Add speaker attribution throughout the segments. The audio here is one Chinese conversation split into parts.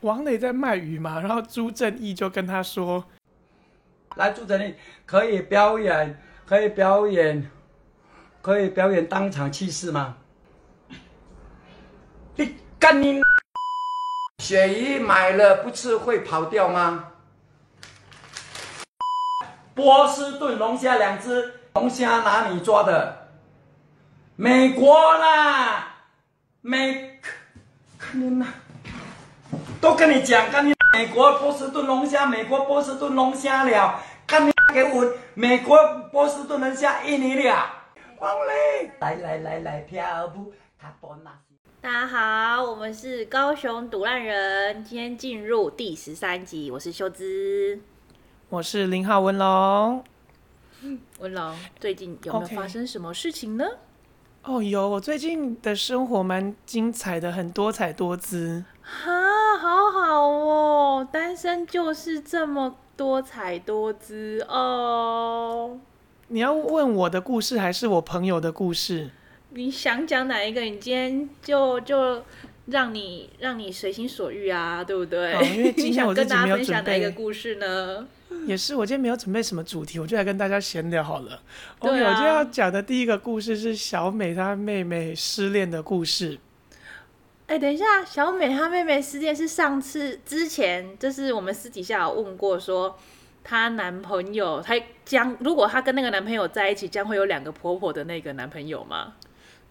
Speaker 1: 王磊在卖鱼嘛，然后朱正义就跟他说
Speaker 2: 来朱哲力可以表演，可以表演，可以表演当场气势吗？你干你！鳕鱼买了不吃会跑掉吗？波士顿龙虾两只，龙虾哪里抓的？美国啦，美，看你啦，都跟你讲，看你美国波士顿龙虾，美国波士顿龙虾了，看你给我美国波士顿龙虾印尼了，王嘞，来来来来跳舞，卡波纳。
Speaker 3: 大家好，我们是高雄独烂人，今天进入第十三集，我是秀芝。：“
Speaker 1: 我是林浩文龙。
Speaker 3: 文龙，最近有没有
Speaker 1: OK
Speaker 3: 发生什么事情呢？”
Speaker 1: 哦，有，我最近的生活蛮精彩的，很多彩多姿。
Speaker 3: 啊，好好哦，单身就是这么多彩多姿哦。
Speaker 1: 你要问我的故事还是我朋友的故事？
Speaker 3: 你想讲哪一个？你今天就就让你让你随心所欲啊，对不对？
Speaker 1: 哦因为今
Speaker 3: 你
Speaker 1: 天
Speaker 3: 想
Speaker 1: 我自
Speaker 3: 跟
Speaker 1: 己
Speaker 3: 大
Speaker 1: 没
Speaker 3: 家
Speaker 1: 有
Speaker 3: 分享
Speaker 1: 准
Speaker 3: 哪一
Speaker 1: 备
Speaker 3: 个故事呢？
Speaker 1: 也是，我今天没有准备什么主题，我就来跟大家闲聊好了。
Speaker 3: 对
Speaker 1: OK，
Speaker 3: 啊
Speaker 1: 我今天要讲的第一个故事是小美她妹妹失恋的故事。
Speaker 3: 哎，等一下，小美她妹妹失恋是上次之前，就是我们私底下有问过说，她男朋友她将如果她跟那个男朋友在一起，将会有两个婆婆的那个男朋友吗？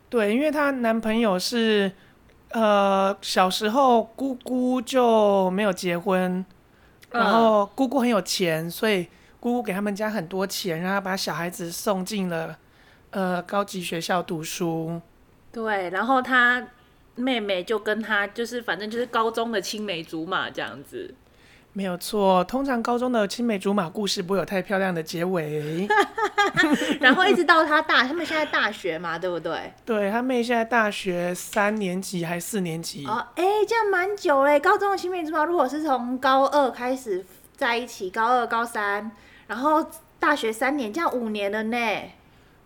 Speaker 1: 对，因为她男朋友是，呃，小时候姑姑就没有结婚，
Speaker 3: 嗯
Speaker 1: 然后姑姑很有钱，所以姑姑给他们家很多钱，让她把小孩子送进了呃高级学校读书。
Speaker 3: 对，然后她妹妹就跟她就是反正就是高中的青梅竹马这样 子。
Speaker 1: 没有错，通常高中的青梅竹马故事不会有太漂亮的结 尾。
Speaker 3: 然后一直到他大，他们现在大学嘛，对不对？
Speaker 1: 对她妹现在大学三年级还四年级，
Speaker 3: 哦，哎，这样蛮久嘞。高中的青梅竹马，如果是从高二开始在一起，高二、高三，然后大学三年，这样五年了呢。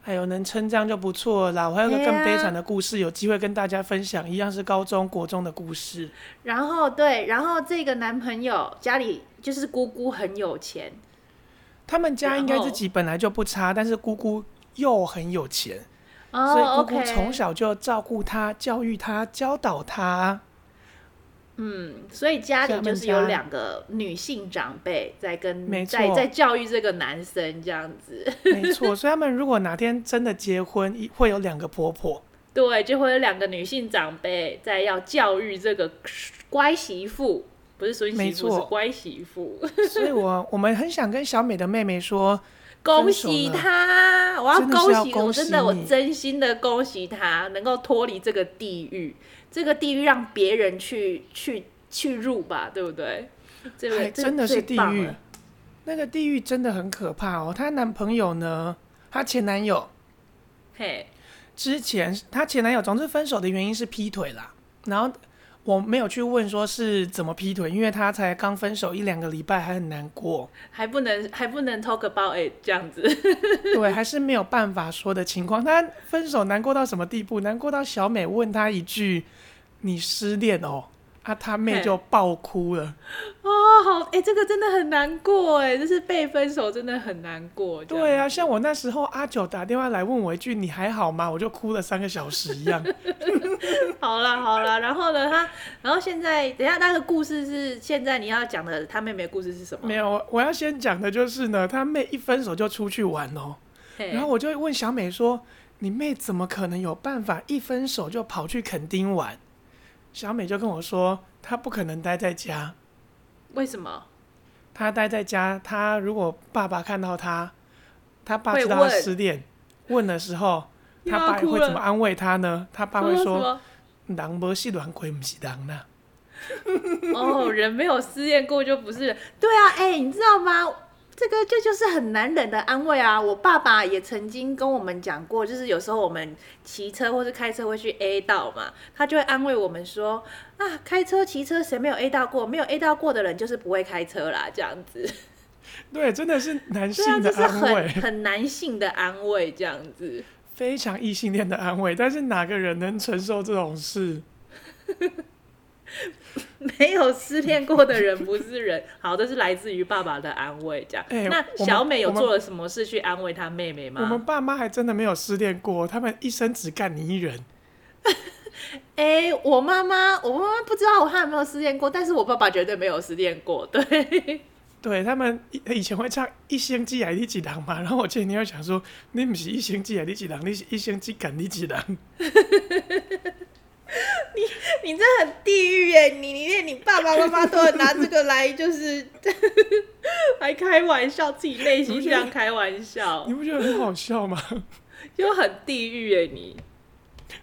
Speaker 1: 哎呦，能称这样就不错了啦。我还有个
Speaker 3: 对
Speaker 1: 更
Speaker 3: 啊
Speaker 1: 悲惨的故事，有机会跟大家分享，一样是高中国中的故事。
Speaker 3: 然后对，然后这个男朋友家里就是姑姑很有钱，
Speaker 1: 他们家应该
Speaker 3: 然后
Speaker 1: 自己本来就不差，但是姑姑又很有钱，所以
Speaker 3: 哦
Speaker 1: 姑姑
Speaker 3: ，OK，
Speaker 1: 从小就照顾她、教育她、教导 她。
Speaker 3: 嗯，所以家
Speaker 1: 所以他
Speaker 3: 里就
Speaker 1: 们
Speaker 3: 是有
Speaker 1: 家
Speaker 3: 两个女性长辈在
Speaker 1: 没
Speaker 3: 跟在
Speaker 1: 错
Speaker 3: 在教育这个男生这样子，
Speaker 1: 没错，所以他们如果哪天真的结婚，一会有两个婆 婆。
Speaker 3: 对，就会有两个女性长辈在要教育这个乖媳妇，不是孙媳
Speaker 1: 没
Speaker 3: 妇，
Speaker 1: 错
Speaker 3: 是乖媳妇，
Speaker 1: 所以我我们很想跟小美的妹妹说，
Speaker 3: 恭
Speaker 1: 分手
Speaker 3: 喜
Speaker 1: 了
Speaker 3: 她！我要
Speaker 1: 真的是
Speaker 3: 恭
Speaker 1: 要
Speaker 3: 喜，我
Speaker 1: 恭
Speaker 3: 真
Speaker 1: 喜
Speaker 3: 的，我
Speaker 1: 你
Speaker 3: 真心的恭喜她能够脱离这个地狱，这个地狱让别人去去去入吧，对不对？这个
Speaker 1: 还
Speaker 3: 这
Speaker 1: 哎真的是
Speaker 3: 最
Speaker 1: 地
Speaker 3: 棒
Speaker 1: 狱
Speaker 3: 了，
Speaker 1: 那个地狱真的很可怕哦。她男朋友呢，她前男友
Speaker 3: 嘿，
Speaker 1: 之前，她前男友总之分手的原因是劈腿啦，然后。我没有去问说是怎么劈腿，因为她才刚分手一两个礼拜，还很难过。
Speaker 3: 还不能还不能 talk about it 这样子。
Speaker 1: 对，还是没有办法说的情况。他分手难过到什么地步？难过到小美问他一句：“你失恋哦？”啊，他妹
Speaker 3: 嘿
Speaker 1: 就爆哭了。
Speaker 3: 哦，好，哎、这个真的很难过，哎，就是被分手真的很难过。这样
Speaker 1: 对啊，像我那时候阿九打电话来问我一句：“你还好吗？”我就哭了三个小时一 样。
Speaker 3: 好啦好啦，然后呢，他，然后现在，等一下那个故事是现在你要讲的，他妹妹的故事是什么？
Speaker 1: 没
Speaker 3: 有，
Speaker 1: 有，我我要先讲的就是呢，他妹一分手就出去玩哦。然后我就问小美说：“你妹怎么可能有办法一分手就跑去垦丁玩？”小美就跟我说：“她不可能待在家。”
Speaker 3: 为什么？
Speaker 1: 他待在家，他如果爸爸看到他，他爸
Speaker 3: 会
Speaker 1: 知道他
Speaker 3: 问
Speaker 1: 失恋，问的时候，
Speaker 3: 又
Speaker 1: 他
Speaker 3: 要
Speaker 1: 爸
Speaker 3: 哭
Speaker 1: 会
Speaker 3: 了
Speaker 1: 怎么安慰他呢？他爸会
Speaker 3: 说什
Speaker 1: 说
Speaker 3: 么？：“
Speaker 1: 狼不是卵鬼，不是狼啦。
Speaker 3: 哦，人没有失恋过就不是人。对啊，哎、你知道吗？这个这就是很男人的安慰啊！我爸爸也曾经跟我们讲过，就是有时候我们骑车或是开车会去 A 道嘛，他就会安慰我们说啊，开车骑车谁没有 A 道过？没有 A 道过的人就是不会开车啦，这样子。
Speaker 1: 对，真的是男
Speaker 3: 对啊，
Speaker 1: 性
Speaker 3: 这
Speaker 1: 的
Speaker 3: 是
Speaker 1: 安慰
Speaker 3: 很，很男性的安慰，这样子。
Speaker 1: 非常异性恋的安慰。但是哪个人能承受这种事？
Speaker 3: 没有失恋过的人不 是人。好，这是来自于爸爸的安慰，这样。
Speaker 1: 哎
Speaker 3: 那
Speaker 1: 我们
Speaker 3: 小美有
Speaker 1: 我们
Speaker 3: 做了什么事去安慰她妹妹
Speaker 1: 我们
Speaker 3: 吗？
Speaker 1: 爸妈还真的没有失恋过，他们一生只干你一人。
Speaker 3: 哎、我妈妈，我妈妈不知道我她有没有失恋过，但是我爸爸绝对没有失恋过。对，
Speaker 1: 对他们以以前会唱“一星之爱你几郎”嘛，然后我前天会想说，你不是一星之爱你几郎，你是一星之赶你几郎。
Speaker 3: 你这很地狱耶！你你连你爸爸妈妈都有拿这个来，就是 来开玩笑，自己内心这样开玩笑
Speaker 1: 你，不觉得很好笑吗？
Speaker 3: 就很地狱耶！你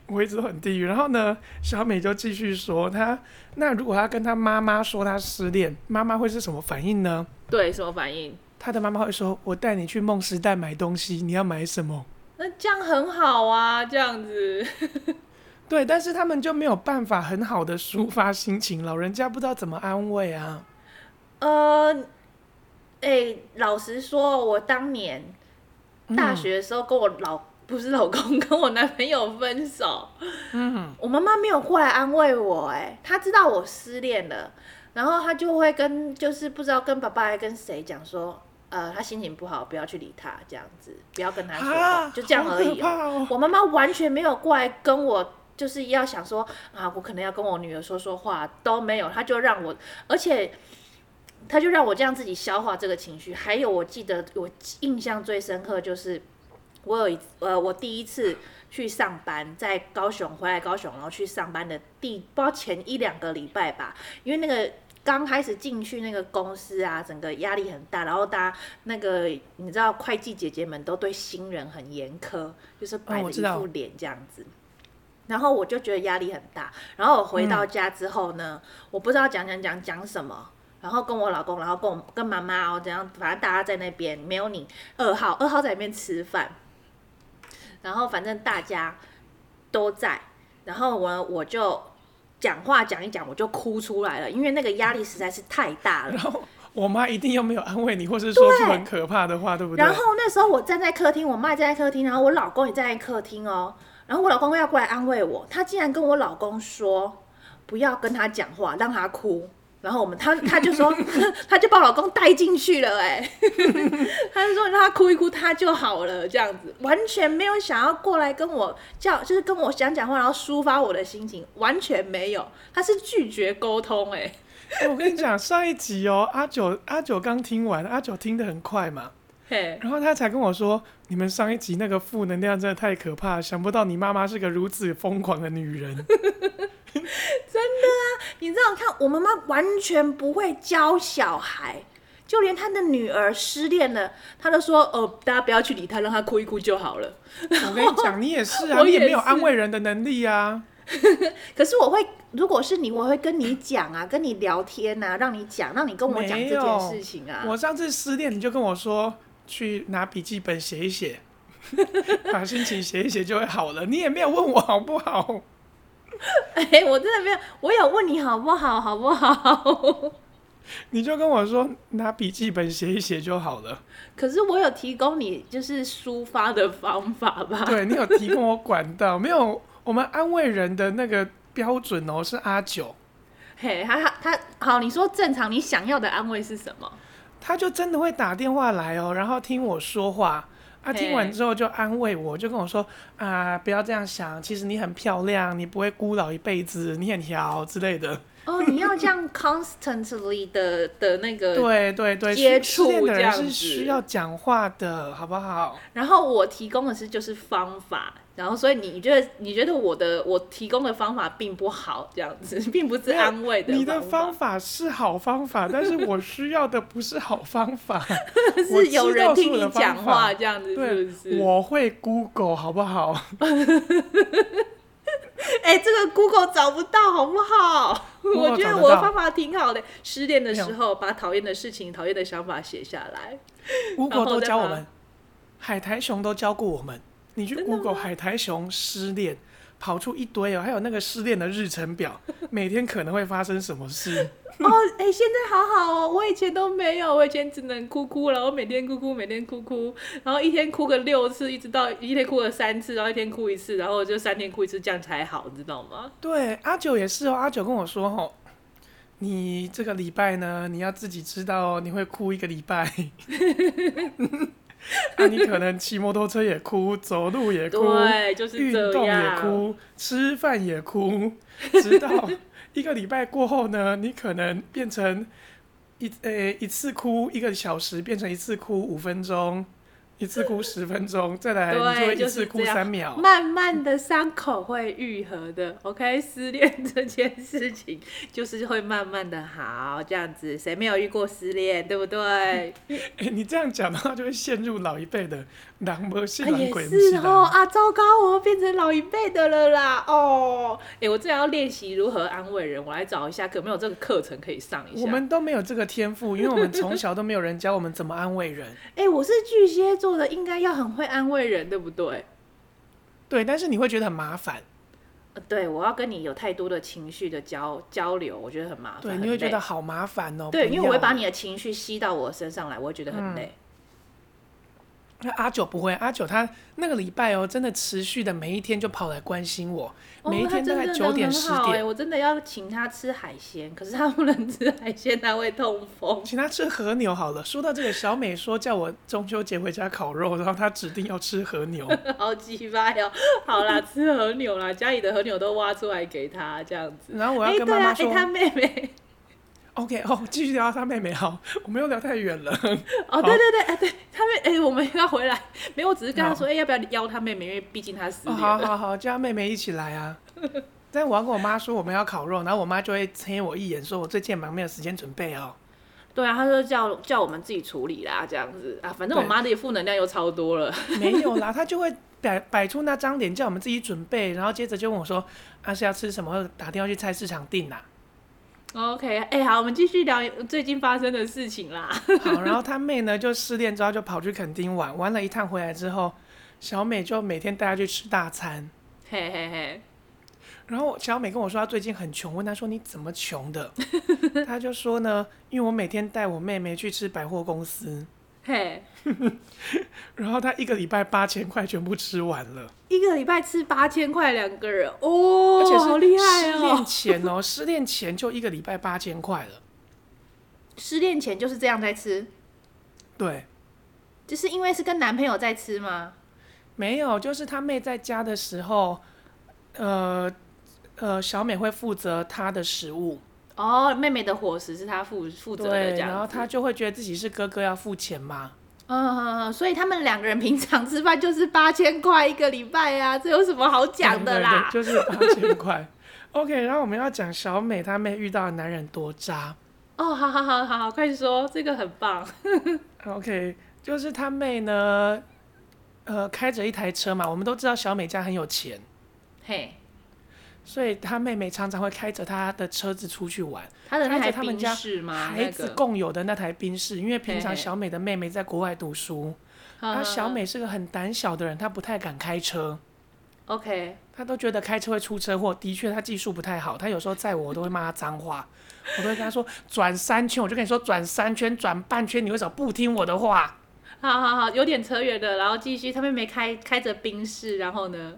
Speaker 1: 我一直都很地狱。然后呢，小美就继续说，她那如果她跟她妈妈说她失恋，妈妈会是什么反应呢？
Speaker 3: 对什么反应？
Speaker 1: 她的妈妈会说：“我带你去梦时代买东西，你要买什么
Speaker 3: 那这样很好啊，这样子。？”
Speaker 1: 对，但是他们就没有办法很好的抒发心情，老人家不知道怎么安慰啊。
Speaker 3: 呃，哎、老实说，我当年
Speaker 1: 嗯
Speaker 3: 大学的时候跟我老、不是老公，跟我男朋友分手，
Speaker 1: 嗯，
Speaker 3: 我妈妈没有过来安慰我、哎，她知道我失恋了，然后她就会跟就是不知道跟爸爸还跟谁讲说，呃，她心情不好，不要去理她，这样子，不要跟她说话，
Speaker 1: 啊，
Speaker 3: 就这样而已、
Speaker 1: 好可怕哦
Speaker 3: 我妈妈完全没有过来跟我，就是要想说啊，我可能要跟我女儿说说话都没有，她就让我，而且她就让我这样自己消化这个情绪。还有，我记得我印象最深刻就是我有一呃，我第一次去上班，在高雄回来高雄，然后去上班的第不知道前一两个礼拜吧，因为那个。刚开始进去那个公司啊，整个压力很大，然后大家那个你知道，会计姐姐们都对新人很严苛，就是摆
Speaker 1: 哦
Speaker 3: 着
Speaker 1: 我
Speaker 3: 一
Speaker 1: 知道
Speaker 3: 副脸这样子。然后我就觉得压力很大。然后我回到家之后呢，我不知道讲讲讲讲什么。然后跟我老公，然后跟我跟妈妈哦，这样，反正大家在那边没有你二号，二号在里面吃饭，然后反正大家都在，然后我我就讲话讲一讲，我就哭出来了，因为那个压力实在是太大了
Speaker 1: 然。后我妈一定又没有安慰你，或是说出很可怕的话，对不对？
Speaker 3: 然后那时候我站在客厅，我妈也站在客厅，然后我老公也站在客厅哦。然后我老公要过来安慰我，他竟然跟我老公说不要跟他讲话，让他哭。然后我们他他就说， 他就把我老公带进去了、哎， 他就说让他哭一哭，他就好了，这样子完全没有想要过来跟我叫，就是跟我想讲话，然后抒发我的心情，完全没有，他是拒绝沟通、哎，
Speaker 1: 哎我跟你讲，上一集哦，阿九阿九刚听完，阿九听得很快嘛，
Speaker 3: 嘿，
Speaker 1: 然后他才跟我说，你们上一集那个负能量真的太可怕，想不到你妈妈是个如此疯狂的女 人。
Speaker 3: 你知道，看我妈妈完全不会教小孩，就连她的女儿失恋了，她都说：“哦，大家不要去理她，让她哭一哭就好了。
Speaker 1: 我跟你讲，你也是啊，
Speaker 3: 我
Speaker 1: 你
Speaker 3: 也
Speaker 1: 也没有
Speaker 3: 是
Speaker 1: 安慰人的能力啊。”
Speaker 3: 可是我会，如果是你，我会跟你讲啊，跟你聊天啊，让你讲，让你跟我讲
Speaker 1: 没
Speaker 3: 这件
Speaker 1: 有
Speaker 3: 事情啊。
Speaker 1: 我上次失恋，你就跟我说去拿笔记本写一写， 把心情写一写就会好了。你也没有问我好不好。
Speaker 3: 哎、我真的没有，我有问你好不好，好不好？
Speaker 1: 你就跟我说拿笔记本写一写就好了。
Speaker 3: 可是我有提供你就是抒发的方法吧？
Speaker 1: 对你有提供我管道，没有？我们安慰人的那个标准哦是阿九，
Speaker 3: 嘿，他他好，你说正常，你想要的安慰是什么？
Speaker 1: 他就真的会打电话来哦，然后听我说话。啊，
Speaker 3: 嘿
Speaker 1: 听完之后就安慰我，就跟我说啊，不要这样想，其实你很漂亮，你不会孤老一辈子，你很调之类的。
Speaker 3: 哦，你要这样 constantly 的的那 个
Speaker 1: 对对对，
Speaker 3: 接
Speaker 1: 失失恋
Speaker 3: 触
Speaker 1: 的
Speaker 3: 这
Speaker 1: 人
Speaker 3: 样
Speaker 1: 是
Speaker 3: 子
Speaker 1: 需要讲话的，好不好？
Speaker 3: 然后我提供的是就是方法，然后所以你觉得你觉得我的我提供的方法并不好，这样子 并不是安慰的
Speaker 1: 你的
Speaker 3: 方
Speaker 1: 方法是好方法，但是我需要的不是好方 法。
Speaker 3: 法
Speaker 1: 我
Speaker 3: 是
Speaker 1: 知
Speaker 3: 有人
Speaker 1: 道是
Speaker 3: 听
Speaker 1: 我的
Speaker 3: 你讲
Speaker 1: 方法
Speaker 3: 话这样子，是
Speaker 1: 对
Speaker 3: 不，是？
Speaker 1: 我会 Google，好不 好？
Speaker 3: 哎、这个 Google 找不到好 不好？
Speaker 1: Google
Speaker 3: 我觉得
Speaker 1: 找得
Speaker 3: 我的
Speaker 1: 到
Speaker 3: 方法挺好的，失恋的
Speaker 1: 没有
Speaker 3: 时候把讨厌的事情、讨厌的想法写下来。
Speaker 1: Google
Speaker 3: 然后
Speaker 1: 都
Speaker 3: 再
Speaker 1: 教我
Speaker 3: 把
Speaker 1: 们，海苔熊都教过我们。你去
Speaker 3: 真的
Speaker 1: Google 海苔熊失恋，跑出一堆哦，还有那个失恋的日程 表，每天可能会发生什么事。
Speaker 3: 哦，哎、现在好好哦，我以前都没有，我以前只能哭哭，然后每天哭哭，每天哭哭，然后一天哭个六次，一直到一天哭个三次，然后一天哭一次，然后就三天哭一次，这样才好，你知道吗？
Speaker 1: 对，阿九也是哦。阿九跟我说哦，你这个礼拜呢，你要自己知道哦，你会哭一个礼 拜。 啊，你可能骑摩托车也哭，走路也哭，
Speaker 3: 对，就是
Speaker 1: 运
Speaker 3: 这
Speaker 1: 动也
Speaker 3: 样。
Speaker 1: 哭，吃饭也哭， 直到一个礼拜过后呢，你可能变成一呃、一次哭一个小时，变成一次哭五分钟，一次哭十分钟，再来
Speaker 3: 对
Speaker 1: 你就会一
Speaker 3: 就
Speaker 1: 次
Speaker 3: 是
Speaker 1: 哭
Speaker 3: 这样
Speaker 1: 三秒。
Speaker 3: 慢慢的伤口会愈合的，OK？失 恋这件事情就是会慢慢的好，这样子谁没有遇过失恋，对不对？
Speaker 1: 哎、你这样讲的话，就会陷入老一辈的 “狼不是
Speaker 3: 啊，
Speaker 1: 狼，
Speaker 3: 也
Speaker 1: 鬼不
Speaker 3: 是
Speaker 1: 狼
Speaker 3: 哦啊，糟糕，我又变成老一辈的了啦哦。哎、我真的要练习如何安慰人，我来找一下，可没有这个课程可以上一下。
Speaker 1: 我们都没有这个天赋，因为我们从小都没有人教我们怎么安慰人。
Speaker 3: 哎、我是巨蟹座的，应该要很会安慰人，对不对？
Speaker 1: 对，但是你会觉得很麻烦，
Speaker 3: 呃对，我要跟你有太多的情绪的交交流，我觉得很麻烦。
Speaker 1: 对，
Speaker 3: 很
Speaker 1: 你会觉
Speaker 3: 累
Speaker 1: 得好麻烦哦。
Speaker 3: 对，
Speaker 1: 不
Speaker 3: 因为我会
Speaker 1: 要
Speaker 3: 把你的情绪吸到我身上来，我会觉得很累。
Speaker 1: 那阿九不会，阿九他那个礼拜哦，真的持续的每一天就跑来关心我，
Speaker 3: 哦
Speaker 1: 每一天大概
Speaker 3: 他真的
Speaker 1: 九点
Speaker 3: 人
Speaker 1: 十
Speaker 3: 很好欸
Speaker 1: 点，
Speaker 3: 我真的要请他吃海鲜，可是他不能吃海鲜，他会痛风。
Speaker 1: 请他吃和牛好了。说到这个，小美说叫我中秋节回家烤肉，然后她指定要吃和 牛。
Speaker 3: 好鸡巴哟！好啦，吃和牛啦，家里的和牛都挖出来给他这样子。
Speaker 1: 然后我
Speaker 3: 哎、
Speaker 1: 要跟
Speaker 3: 对
Speaker 1: 妈
Speaker 3: 啊，
Speaker 1: 妈
Speaker 3: 哎、
Speaker 1: 说、
Speaker 3: 他妹妹，
Speaker 1: o k 哦，继续聊他妹妹好，我们又聊太远了。
Speaker 3: 哦，对对对，哎、对，他妹，哎、我们要回来，没有，我只是跟他
Speaker 1: 好
Speaker 3: 说，哎、要不要邀他妹妹，因为毕竟他失
Speaker 1: 哦，
Speaker 3: 恋
Speaker 1: 好
Speaker 3: 了。
Speaker 1: 好好，叫她妹妹一起来啊。 但我要跟我妈说我们要烤肉，然后我妈就会瞥我一眼，说我最近忙，没有时间准备哦。
Speaker 3: 对啊，他说叫叫我们自己处理啦，这样子啊，反正我
Speaker 1: 对
Speaker 3: 妈的负能量又超多了。
Speaker 1: 没有啦，他就会摆摆出那张脸，叫我们自己准备，然后接着就问我说：“啊是要吃什么？打电话去菜市场订啊 啦。
Speaker 3: OK，哎、好，我们继续聊最近发生的事情啦。”
Speaker 1: 好，然后他妹呢就失恋之后就跑去垦丁玩，玩了一趟回来之后，小美就每天带她去吃大餐。
Speaker 3: 嘿嘿嘿，
Speaker 1: 然后小美跟我说她最近很穷，问她说你怎么穷的？ 她就说呢，因为我每天带我妹妹去吃百货公司，
Speaker 3: 嘿，
Speaker 1: 然后她一个礼拜八千块全部吃完了。
Speaker 3: 一个礼拜吃八千块两个人哦，
Speaker 1: 而且是
Speaker 3: 好厉害
Speaker 1: 失
Speaker 3: 哦
Speaker 1: 恋！前哦，失恋前就一个礼拜八千块了。
Speaker 3: 失恋前就是这样在吃，
Speaker 1: 对，
Speaker 3: 就是因为是跟男朋友在吃吗？
Speaker 1: 没有，就是他妹在家的时候，呃呃，小美会负责她的食物，
Speaker 3: 哦，妹妹的伙食是她负负责的
Speaker 1: 对，
Speaker 3: 这样子，
Speaker 1: 然后她就会觉得自己是哥哥要付钱嘛。
Speaker 3: 嗯嗯，嗯所以他们两个人平常吃饭就是八千块一个礼拜啊，这有什么好 讲的啦？
Speaker 1: 对对对就是八千块。OK，然后我们要讲小美她妹遇到的男人多渣。
Speaker 3: 哦，好好好好好，快说，这个很棒。
Speaker 1: OK，就是她妹呢，呃，开着一台车嘛，我们都知道小美家很有钱，
Speaker 3: 嘿，
Speaker 1: 所以她妹妹常常会开着她的车子出去玩。
Speaker 3: 他的那
Speaker 1: 开
Speaker 3: 台
Speaker 1: 着他们
Speaker 3: 宾
Speaker 1: 家
Speaker 3: 士吗？
Speaker 1: 孩
Speaker 3: 那
Speaker 1: 子
Speaker 3: 个，嗯
Speaker 1: 共有的那台宾士，因为平常
Speaker 3: 嘿嘿
Speaker 1: 小美的妹妹在国外读书，
Speaker 3: 呵
Speaker 1: 啊，
Speaker 3: 呵呵
Speaker 1: 小美是个很胆小的人，她不太敢开车，
Speaker 3: ，OK，
Speaker 1: 她都觉得开车会出车祸。的确，她技术不太好，她有时候载我，我都会骂她脏话， 我都会跟她说转三圈，我就跟你说转三圈，转半圈，你为什么不听我的话？
Speaker 3: 好好好，有点扯远了，然后继续，他妹妹开开着宾士，然后呢，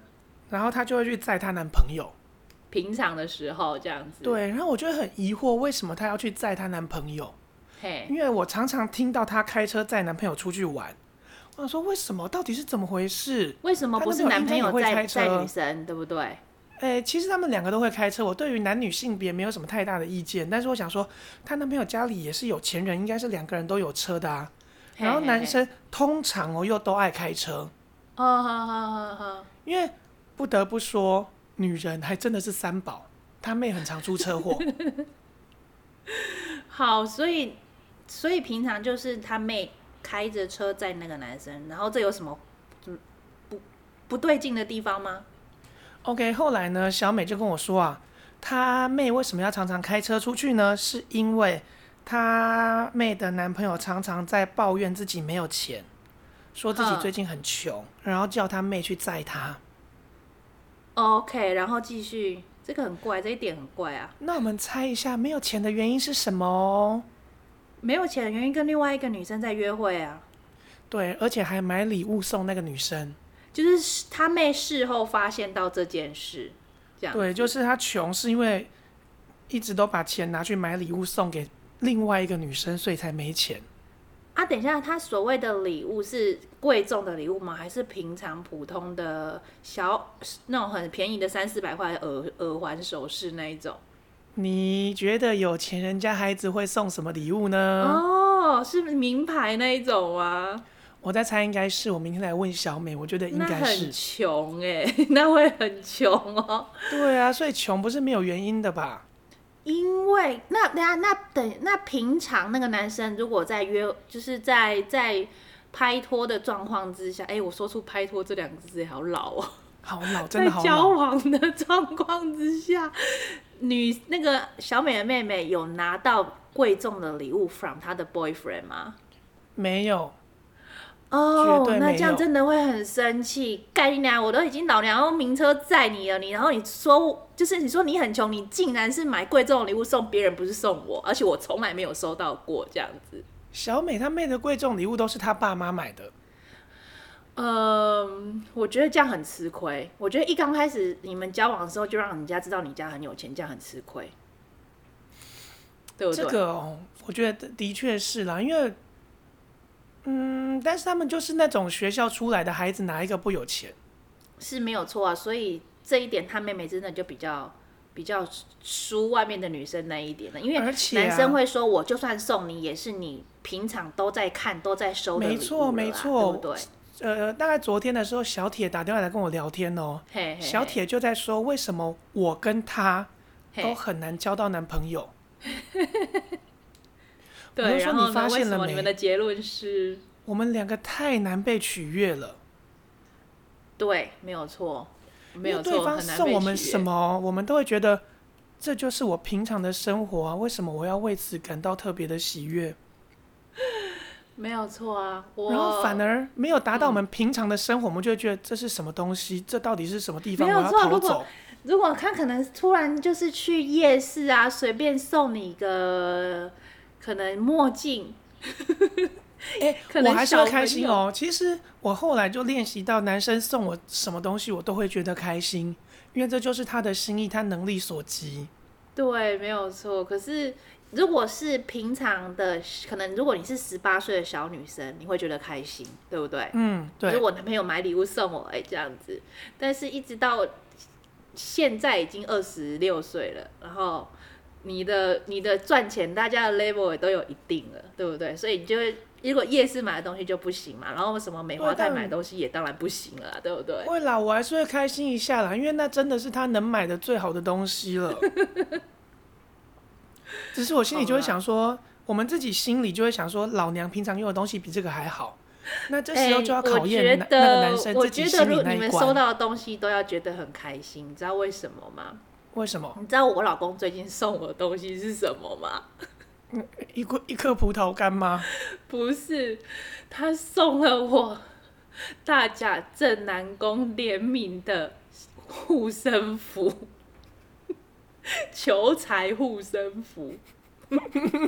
Speaker 1: 然后她就会去载她男朋友，
Speaker 3: 平常的时候这样子，，
Speaker 1: 对，然后我就会很疑惑，为什么她要去载她男朋友？
Speaker 3: 嘿，
Speaker 1: 因为我常常听到她开车载男朋友出去玩，我想说为什么？到底是怎么回事？
Speaker 3: 为什么
Speaker 1: 他
Speaker 3: 不
Speaker 1: 那
Speaker 3: 是
Speaker 1: 个
Speaker 3: 男
Speaker 1: 应该
Speaker 3: 朋
Speaker 1: 也
Speaker 3: 友
Speaker 1: 会
Speaker 3: 在
Speaker 1: 开车
Speaker 3: 在女生，对不对？
Speaker 1: 诶、其实他们两个都会开车，我对于男女性别没有什么太大的意见，但是我想说，她男朋友家里也是有钱人，应该是两个人都有车的啊。
Speaker 3: 嘿
Speaker 1: 然后
Speaker 3: 嘿
Speaker 1: 男
Speaker 3: 嘿
Speaker 1: 生通常哦又都爱开车，
Speaker 3: 哦，好好好 好，
Speaker 1: 因为不得不说，女人还真的是三宝，她妹很常出车祸。
Speaker 3: 好，所以所以平常就是他妹开着车载那个男生，然后这有什么嗯不不对劲的地方吗？
Speaker 1: OK，后来呢，小美就跟我说啊，她妹为什么要常常开车出去呢？是因为她妹的男朋友常常在抱怨自己没有钱，说自己
Speaker 3: 哼
Speaker 1: 最近很穷，然后叫她妹去载她。
Speaker 3: OK，然后继续，这个很怪，这一点很怪啊。
Speaker 1: 那我们猜一下，没有钱的原因是什么哦？
Speaker 3: 没有钱的原因跟另外一个女生在约会啊，
Speaker 1: 对，而且还买礼物送那个女生。
Speaker 3: 就是他妹事后发现到这件事，这样
Speaker 1: 对，就是他穷是因为一直都把钱拿去买礼物送给另外一个女生，所以才没钱。
Speaker 3: 啊，等一下，他所谓的礼物是贵重的礼物吗？还是平常普通的小那种很便宜的三四百块的耳耳环、首饰那一种？
Speaker 1: 你觉得有钱人家孩子会送什么礼物呢？
Speaker 3: 哦，是名牌那一种吗？
Speaker 1: 我在猜，应该是我明天来问小美，我觉得应
Speaker 3: 那
Speaker 1: 该
Speaker 3: 很
Speaker 1: 是。
Speaker 3: 穷哎、 那会很穷哦。
Speaker 1: 对啊，所以穷不是没有原因的吧？
Speaker 3: 因为那那那等那平常那个男生如果在约，就是在在拍拖的状况之下，哎、我说出拍拖这两个字也好老哦。
Speaker 1: 好老，真
Speaker 3: 在
Speaker 1: 的好
Speaker 3: 交
Speaker 1: 老。
Speaker 3: 往的状况之下，女那个小美的妹妹有拿到贵重的礼物 from 她的 boyfriend 吗？
Speaker 1: 没有，
Speaker 3: 哦
Speaker 1: 绝对没有
Speaker 3: 那这样真的会很生气。盖你娘！我都已经老娘用名车载你了，你然后你说就是你说你很穷，你竟然是买贵重的礼物送别人，不是送我，而且我从来没有收到过这样子。
Speaker 1: 小美她妹的贵重礼物都是她爸妈买的。
Speaker 3: 嗯，我觉得这样很吃亏。我觉得一刚开始你们交往的时候就让人家知道你家很有钱，这样很吃亏，对不对？
Speaker 1: 这个哦，我觉得的确是啦，因为，嗯，但是他们就是那种学校出来的孩子，哪一个不有钱？
Speaker 3: 是没有错啊，所以这一点他妹妹真的就比较比较输外面的女生那一点了，因为
Speaker 1: 而且啊
Speaker 3: 男生会说，我就算送你，也是你平常都在看、都在收的礼物
Speaker 1: 没错
Speaker 3: 了啦啊
Speaker 1: 没错
Speaker 3: 对不对？
Speaker 1: 呃，大概昨天的时候，小铁打电话来跟我聊天哦，
Speaker 3: 嘿嘿嘿，
Speaker 1: 小铁就在说为什么我跟他
Speaker 3: 嘿
Speaker 1: 都很难交到男朋友。我
Speaker 3: 对，
Speaker 1: 就说
Speaker 3: 然后
Speaker 1: 你
Speaker 3: 呢？
Speaker 1: 发
Speaker 3: 为
Speaker 1: 现
Speaker 3: 什
Speaker 1: 了
Speaker 3: 么
Speaker 1: 没
Speaker 3: 你们的结论是？
Speaker 1: 我们两个太难被取悦了，
Speaker 3: 对，没有错，没
Speaker 1: 因
Speaker 3: 有
Speaker 1: 为
Speaker 3: 错，
Speaker 1: 对方
Speaker 3: 很难
Speaker 1: 送
Speaker 3: 被
Speaker 1: 我们
Speaker 3: 取悦
Speaker 1: 什？么，我们都会觉得这就是我平常的生活啊，为什么我要为此感到特别的喜悦？
Speaker 3: 没有错啊，我
Speaker 1: 然后反而没有达到我们平常的生活，我们就会觉得这是什么东西？这到底是什么地方？
Speaker 3: 没
Speaker 1: 我
Speaker 3: 有
Speaker 1: 要
Speaker 3: 错
Speaker 1: 逃
Speaker 3: 如果
Speaker 1: 走。
Speaker 3: 如果他可能突然就是去夜市啊，随便送你一个可能墨镜，
Speaker 1: 哎、
Speaker 3: 可能
Speaker 1: 我还是会
Speaker 3: 小
Speaker 1: 开
Speaker 3: 朋
Speaker 1: 心
Speaker 3: 友
Speaker 1: 哦。其实我后来就练习到，男生送我什么东西，我都会觉得开心，因为这就是他的心意，他能力所及。
Speaker 3: 对，没有错。可是如果是平常的，可能如果你是十八岁的小女生，你会觉得开心，对不对？
Speaker 1: 嗯，
Speaker 3: 就是
Speaker 1: 对，
Speaker 3: 我男朋友买礼物送我，哎、这样子。但是一直到现在已经二十六岁了，然后你的你的赚钱，大家的 level 也都有一定了，对不对？所以你就会。如果夜市买的东西就不行嘛，然后什么美
Speaker 1: 对
Speaker 3: 华泰
Speaker 1: 但
Speaker 3: 买的东西也当然不行了啦，啊对不对？
Speaker 1: 会啦，我还是会开心一下啦，因为那真的是他能买的最好的东西 了。只是我心里就会想说，我们自己心里就会想说，老娘平常用的东西比这个还好。那 这时候就要考验
Speaker 3: 哎
Speaker 1: 男、
Speaker 3: 我觉
Speaker 1: 那个
Speaker 3: 得
Speaker 1: 男生
Speaker 3: 我
Speaker 1: 自己
Speaker 3: 觉得
Speaker 1: 心
Speaker 3: 如
Speaker 1: 里
Speaker 3: 果
Speaker 1: 那
Speaker 3: 你
Speaker 1: 一
Speaker 3: 们收
Speaker 1: 关。
Speaker 3: 到的东西都要觉得很开心，你知道为什么吗？
Speaker 1: 为什么？
Speaker 3: 你知道我老公最近送我的东西是什么吗？
Speaker 1: 一颗一颗葡萄干 吗？
Speaker 3: 不是，他送了我大甲镇南宫联名的护身符， 求财护身符。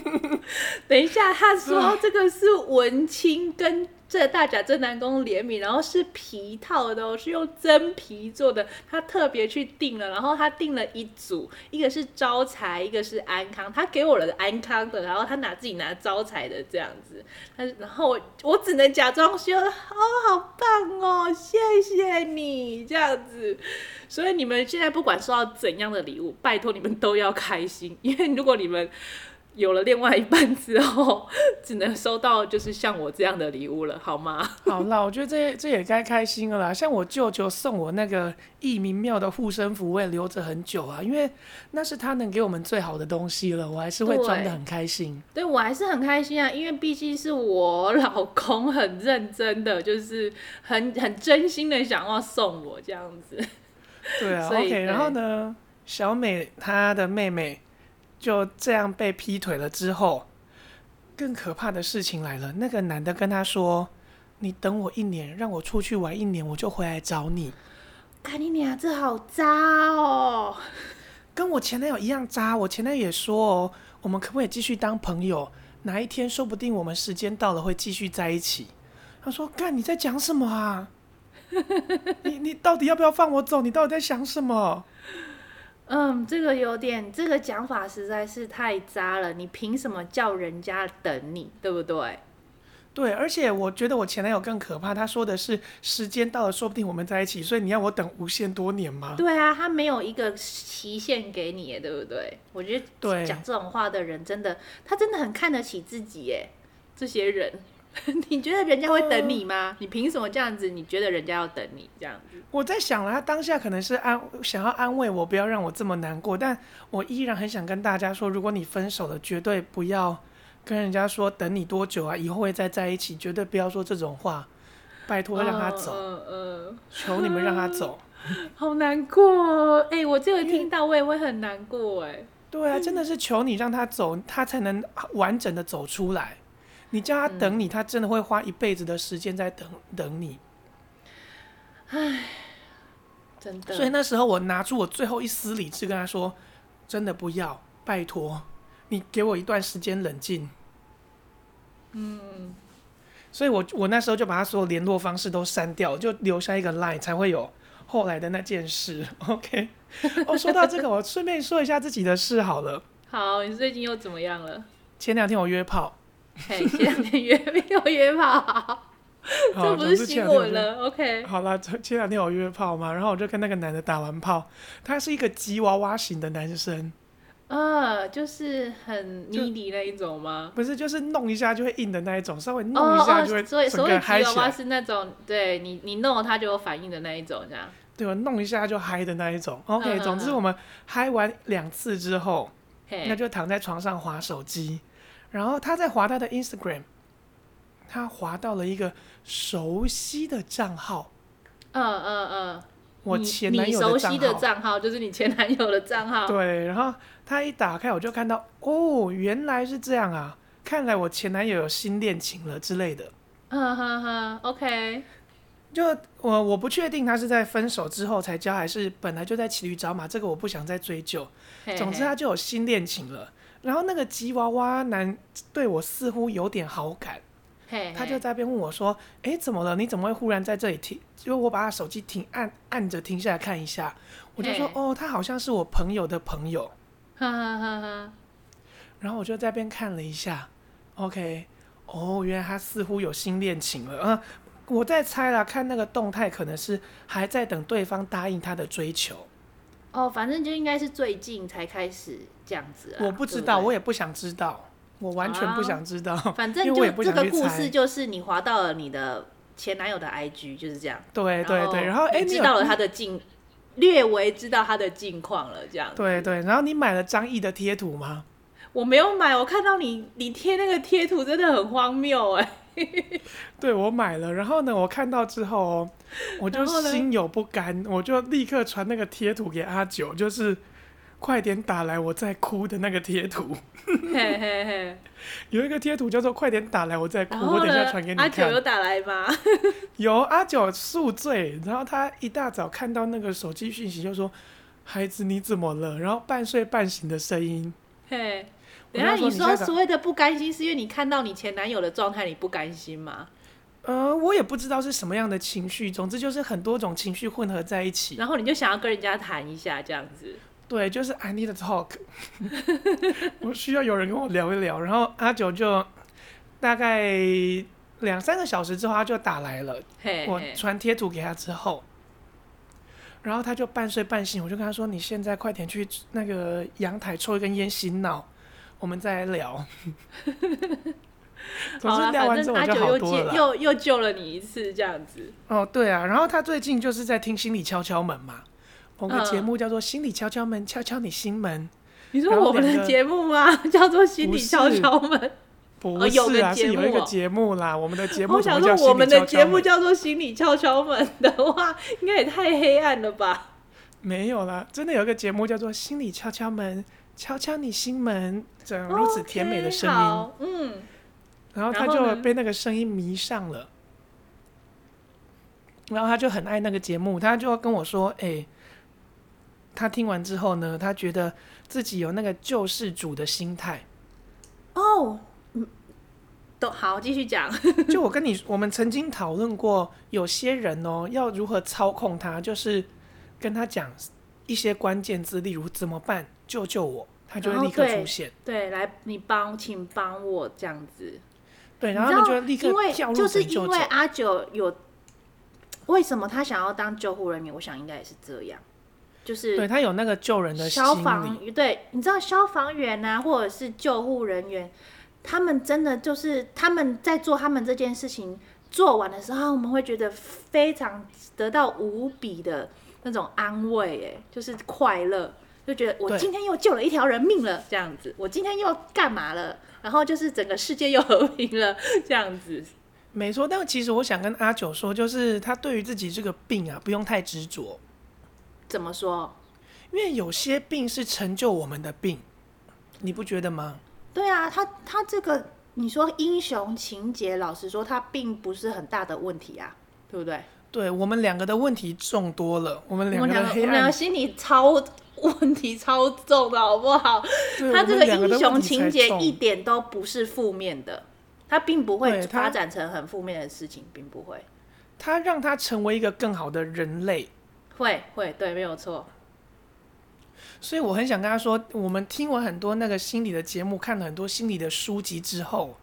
Speaker 3: 等一下，他说这个是文青跟这大甲镇南宫联名，然后是皮套的哦，是用真皮做的。他特别去订了，然后他订了一组，一个是招财，一个是安康。他给我了安康的，然后他拿自己拿招财的这样子。他然后我我只能假装说哦，好棒哦，谢谢你这样子。所以你们现在不管收到怎样的礼物，拜托你们都要开心，因为如果你们有了另外一半之后，只能收到就是像我这样的礼物了，好吗？
Speaker 1: 好啦，我觉得这这也该开心了啦。像我舅舅送我那个益民庙的护身符，我也留着很久啊，因为那是他能给我们最好的东西了，我还是会装的很开心。
Speaker 3: 对我还是很开心啊，因为毕竟是我老公很认真的，就是很很真心的想要送我这样子。
Speaker 1: 对啊
Speaker 3: 所以
Speaker 1: ，OK。
Speaker 3: 对
Speaker 1: 然后呢，小美她的妹妹就这样被劈腿了之后，更可怕的事情来了，那个男的跟她说：“你等我一年，让我出去玩一年，我就回来找你。”
Speaker 3: 干你娘，这好渣哦！
Speaker 1: 跟我前男友一样渣。我前男友也说哦，我们可不可以继续当朋友？哪一天说不定我们时间到了会继续在一起。他说：“干，你在讲什么啊？你你到底要不要放我走？你到底在想什么？
Speaker 3: 嗯，这个有点，这个讲法实在是太渣了。你凭什么叫人家等你，对不对？
Speaker 1: 对，而且我觉得我前男友更可怕，他说的是时间到了，说不定我们在一起，所以你要我等无限多年吗？
Speaker 3: 对啊，他没有一个期限给你耶，对不对？我觉得
Speaker 1: 对
Speaker 3: 讲这种话的人真的，他真的很看得起自己耶。这些人， 你觉得人家会等你吗？你凭什么这样子？你觉得人家要等你这样子？
Speaker 1: 我在想啊了，他当下可能是安想要安慰我，不要让我这么难过，但我依然很想跟大家说，如果你分手了，绝对不要跟人家说等你多久啊，以后会再在一起，绝对不要说这种话，拜托让他走，
Speaker 3: 嗯嗯
Speaker 1: 求你们让他走。
Speaker 3: 嗯好难过哦。哎、我这个听到我也会很难过哎。
Speaker 1: 对啊，真的是求你让他走，他才能完整的走出来。你叫他等你，他真的会花一辈子的时间在等等你。
Speaker 3: 真的，
Speaker 1: 所以那时候我拿出我最后一丝理智跟他说：“真的不要，拜托，你给我一段时间冷静。”嗯。
Speaker 3: 嗯
Speaker 1: 所以我我那时候就把他所有联络方式都删掉，就留下一个 line 才会有后来的那件事。OK，哦，说到这个，我顺便说一下自己的事好了。
Speaker 3: 好，你最近又怎么样了？
Speaker 1: 前两天我约 炮，
Speaker 3: 嘿，前两天约没有约 炮，啊这
Speaker 1: 好
Speaker 3: 不
Speaker 1: 哦总
Speaker 3: 是
Speaker 1: 啊之前
Speaker 3: 新
Speaker 1: 两天我
Speaker 3: 闻
Speaker 1: 约
Speaker 3: 了。OK，
Speaker 1: 好啦，前前两天我约炮嘛，然后我就跟那个男的打完炮，他是一个吉娃娃型的男生，
Speaker 3: 呃，就是很
Speaker 1: 就
Speaker 3: 迷离那一种吗？
Speaker 1: 不是就是弄一下就会硬的那一种，稍微弄
Speaker 3: 哦
Speaker 1: 一下
Speaker 3: 哦
Speaker 1: 就会，
Speaker 3: 所以
Speaker 1: 整
Speaker 3: 所
Speaker 1: 个
Speaker 3: 以
Speaker 1: 人
Speaker 3: 吉
Speaker 1: 嗨
Speaker 3: 娃
Speaker 1: 起
Speaker 3: 娃
Speaker 1: 来，
Speaker 3: 是那种，对你你弄了它就有反应的那一种，这样。
Speaker 1: 对吧？弄一下就嗨的那一种。OK，、
Speaker 3: 嗯嗯
Speaker 1: 总之
Speaker 3: 嗯
Speaker 1: 我们嗨完两次之后，那
Speaker 3: 嘿，
Speaker 1: 就躺在床上划手机，然后他在划他的 Instagram，他划到了一个熟悉的账号，
Speaker 3: 嗯嗯嗯，
Speaker 1: 我
Speaker 3: 你
Speaker 1: 前男友
Speaker 3: 你熟
Speaker 1: 的
Speaker 3: 悉
Speaker 1: 账
Speaker 3: 的
Speaker 1: 号。
Speaker 3: 账号就是你前男友的账号。
Speaker 1: 对，然后他一打开，我就看到哦，原来是这样啊！看来我前男友有新恋情了之类的。
Speaker 3: 嗯哼哼，OK，
Speaker 1: 就我我不确定他是在分手之后才交，还是本来就在骑驴找马，这个我不想再追究。
Speaker 3: 嘿
Speaker 1: 总之
Speaker 3: 嘿
Speaker 1: 他就有新恋情了。然后那个吉娃娃男对我似乎有点好感，
Speaker 3: 嘿，
Speaker 1: 他
Speaker 3: 嘿
Speaker 1: 就在那边问我说：“诶，怎么了？你怎么会忽然在这里停？”就我把他手机停按按着停下来看一下，我就说
Speaker 3: 嘿：“
Speaker 1: 哦，他好像是我朋友的朋友。”
Speaker 3: 哼哼哼哼，
Speaker 1: 然后我就在那边看了一下，OK，哦，原来他似乎有新恋情了。嗯，我在猜啦，看那个动态可能是还在等对方答应他的追求，
Speaker 3: 哦，反正就应该是最近才开始这样子啊。
Speaker 1: 我不知
Speaker 3: 对
Speaker 1: 道，
Speaker 3: 对啊
Speaker 1: 我也不想知道，我完全不想知道。
Speaker 3: 反正
Speaker 1: 因为我也
Speaker 3: 就
Speaker 1: 不
Speaker 3: 这
Speaker 1: 想
Speaker 3: 个
Speaker 1: 去
Speaker 3: 故
Speaker 1: 猜
Speaker 3: 事就是你滑到了你的前男友的 IG，就是这样。
Speaker 1: 对对对，然后哎，
Speaker 3: 你
Speaker 1: 你
Speaker 3: 知
Speaker 1: 有
Speaker 3: 道了他的近，略微知道他的近况了，这样。
Speaker 1: 对对，然后你买了张译的贴图吗？
Speaker 3: 我没有买，我看到你你贴那个贴图真的很荒 谬哎、
Speaker 1: 对，我买了。然后呢，我看到之后哦，我就
Speaker 3: 然后呢
Speaker 1: 心有不甘，我就立刻传那个贴图给阿九，就是快点打来，我在哭的那个贴图。
Speaker 3: 嘿嘿嘿。
Speaker 1: 有一个贴图叫做“快点打来，我在哭
Speaker 3: 然”，
Speaker 1: 我
Speaker 3: 后
Speaker 1: 哎等一
Speaker 3: 呢
Speaker 1: 下传给，你
Speaker 3: 阿九有
Speaker 1: 看。
Speaker 3: 打来吗？
Speaker 1: 有阿九宿醉，然后他一大早看到那个手机讯息，就说：“孩子，你怎么了？”然后半睡半醒的声音。
Speaker 3: 嘿。
Speaker 1: 我
Speaker 3: 等一下，
Speaker 1: 跟他说
Speaker 3: 你
Speaker 1: 你现在
Speaker 3: 说
Speaker 1: 打
Speaker 3: 所谓的不甘心，是因为你看到你前男友的状态，你不甘心吗？
Speaker 1: 呃，我也不知道是什么样的情绪，总之就是很多种情绪混合在一起。
Speaker 3: 然后你就想要跟人家谈一下这样子。
Speaker 1: 对，就是 I need a talk，我需要有人跟我聊一聊。然后阿九就大概两三个小时之后，他就打来了，
Speaker 3: 嘿
Speaker 1: 我
Speaker 3: 嘿。
Speaker 1: 传贴图给他之后，然后他就半睡半醒，我就跟他说：“你现在快点去那个阳台抽一根烟洗脑，我们再来 聊。”总
Speaker 3: 好
Speaker 1: 之
Speaker 3: 啦，
Speaker 1: 聊
Speaker 3: 反
Speaker 1: 完之
Speaker 3: 正
Speaker 1: 后我
Speaker 3: 阿
Speaker 1: 就
Speaker 3: 九
Speaker 1: 好
Speaker 3: 又
Speaker 1: 多
Speaker 3: 接
Speaker 1: 了啦。
Speaker 3: 又又救了你一次这样子。
Speaker 1: 哦，对啊，然后他最近就是在听《心理敲敲门》嘛，某个
Speaker 3: 嗯
Speaker 1: 节目叫做《心理敲敲门》，敲敲你心门。
Speaker 3: 你说
Speaker 1: 然后
Speaker 3: 我们
Speaker 1: 两
Speaker 3: 的
Speaker 1: 个
Speaker 3: 节目吗？ 叫做《心
Speaker 1: 不
Speaker 3: 理
Speaker 1: 是
Speaker 3: 敲敲门》
Speaker 1: 不
Speaker 3: 哦有
Speaker 1: 是啊，
Speaker 3: 个
Speaker 1: 是
Speaker 3: 节
Speaker 1: 有一
Speaker 3: 目
Speaker 1: 个
Speaker 3: 哦
Speaker 1: 节目啦。我们的节目
Speaker 3: 我
Speaker 1: 怎么
Speaker 3: 想
Speaker 1: 叫
Speaker 3: 说，
Speaker 1: 心
Speaker 3: 我
Speaker 1: 理
Speaker 3: 们
Speaker 1: 敲
Speaker 3: 的
Speaker 1: 敲
Speaker 3: 节目
Speaker 1: 门
Speaker 3: 叫做《心理敲敲门》的话， 应该也太黑暗了吧？
Speaker 1: 没有啦，真的有一个节目叫做《心理敲敲门》，敲敲你心门，这样嗯如此甜美的声音。
Speaker 3: OK，好嗯，
Speaker 1: 然后他
Speaker 3: 然后
Speaker 1: 就
Speaker 3: 呢
Speaker 1: 被那个声音迷上了。然后他就很爱那个节目，他就跟我说：“哎、他听完之后呢，他觉得自己有那个救世主的心态。
Speaker 3: 哦，嗯，都好，继续讲。
Speaker 1: 就我跟你，我们曾经讨论过，有些人哦，要如何操控他，就是跟他讲一些关键字，例如怎么办，救救我，他就
Speaker 3: 然
Speaker 1: 会
Speaker 3: 后
Speaker 1: 立刻
Speaker 3: 对
Speaker 1: 出现。
Speaker 3: 对，来，你帮，请帮我这样子。
Speaker 1: 对，
Speaker 3: 你
Speaker 1: 然后
Speaker 3: 知
Speaker 1: 他们
Speaker 3: 道
Speaker 1: 就会立刻
Speaker 3: 因为
Speaker 1: 跳
Speaker 3: 就
Speaker 1: 入
Speaker 3: 是
Speaker 1: 拯救
Speaker 3: 因
Speaker 1: 者
Speaker 3: 为。阿九有为什么他想要当救护人员？我想应该也是这样，
Speaker 1: 对
Speaker 3: 就是
Speaker 1: 他有那个救人的心
Speaker 3: 消
Speaker 1: 理
Speaker 3: 防。对，你知道消防员啊，或者是救护人员，他们真的就是他们在做他们这件事情做完的时候，我们会觉得非常得到无比的那种安慰，哎，就是快乐。就觉得我
Speaker 1: 对
Speaker 3: 今天又救了一条人命了，这样子，我今天又干嘛了？然后就是整个世界又和平了，这样子。
Speaker 1: 没错，但其实我想跟阿九说，就是他对于自己这个病啊，不用太执着，
Speaker 3: 怎么说？
Speaker 1: 因为有些病是成就我们的病，你不觉得吗？
Speaker 3: 对啊，他他这个你说英雄情节，老实说，他并不是很大的问题啊，对不对？
Speaker 1: 对我们两个的问题众多了，我们两
Speaker 3: 我们
Speaker 1: 个
Speaker 3: 两
Speaker 1: 的
Speaker 3: 个我
Speaker 1: 黑
Speaker 3: 们两个
Speaker 1: 暗，
Speaker 3: 心理超问题超重的好不好？
Speaker 1: 对
Speaker 3: 他
Speaker 1: 我
Speaker 3: 这
Speaker 1: 们
Speaker 3: 个
Speaker 1: 两个
Speaker 3: 英
Speaker 1: 的
Speaker 3: 雄
Speaker 1: 问题
Speaker 3: 情
Speaker 1: 才
Speaker 3: 节
Speaker 1: 重
Speaker 3: 一点都不是负面的，他并不会
Speaker 1: 对他
Speaker 3: 发展成很负面的事情，并不会。
Speaker 1: 他让他成为一个更好的人类，
Speaker 3: 会会对，没有错。
Speaker 1: 所以我很想跟他说，我们听完很多那个心理的节目，看了很多心理的书籍之后，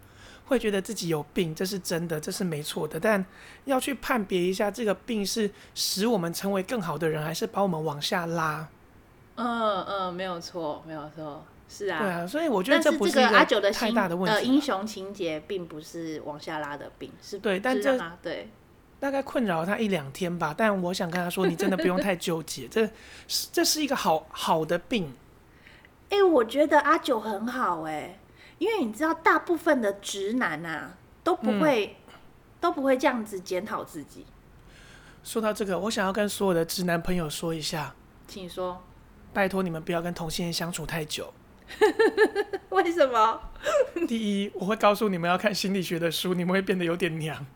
Speaker 1: 会觉得自己有病，这是真的，这是没错的。但要去判别一下，这个病是使我们成为更好的人，还是把我们往下拉？
Speaker 3: 嗯嗯，没有错，没有错，是啊。
Speaker 1: 对啊，所以我觉得
Speaker 3: 但
Speaker 1: 这
Speaker 3: 是
Speaker 1: 不
Speaker 3: 这
Speaker 1: 一
Speaker 3: 个阿九
Speaker 1: 个
Speaker 3: 的
Speaker 1: 太
Speaker 3: 心
Speaker 1: 大的问
Speaker 3: 呃
Speaker 1: 题
Speaker 3: 英
Speaker 1: 啦。
Speaker 3: 雄情节并不是往下拉的病，是
Speaker 1: 对但
Speaker 3: 是
Speaker 1: 这
Speaker 3: 让他对
Speaker 1: 大概困扰他一两天吧，但我想跟他说，你真的不用太纠结，这是这是一个好好的病，
Speaker 3: 哎、我觉得阿九很好哎、因为你知道，大部分的直男啊都
Speaker 1: 嗯
Speaker 3: 不会、都不会这样子检讨自己。
Speaker 1: 说到这个，我想要跟所有的直男朋友说一下，
Speaker 3: 请说，
Speaker 1: 拜托你们不要跟同性恋相处太久。
Speaker 3: 为什么？
Speaker 1: 第一，我会告诉你们要看心理学的书，你们会变得有点娘。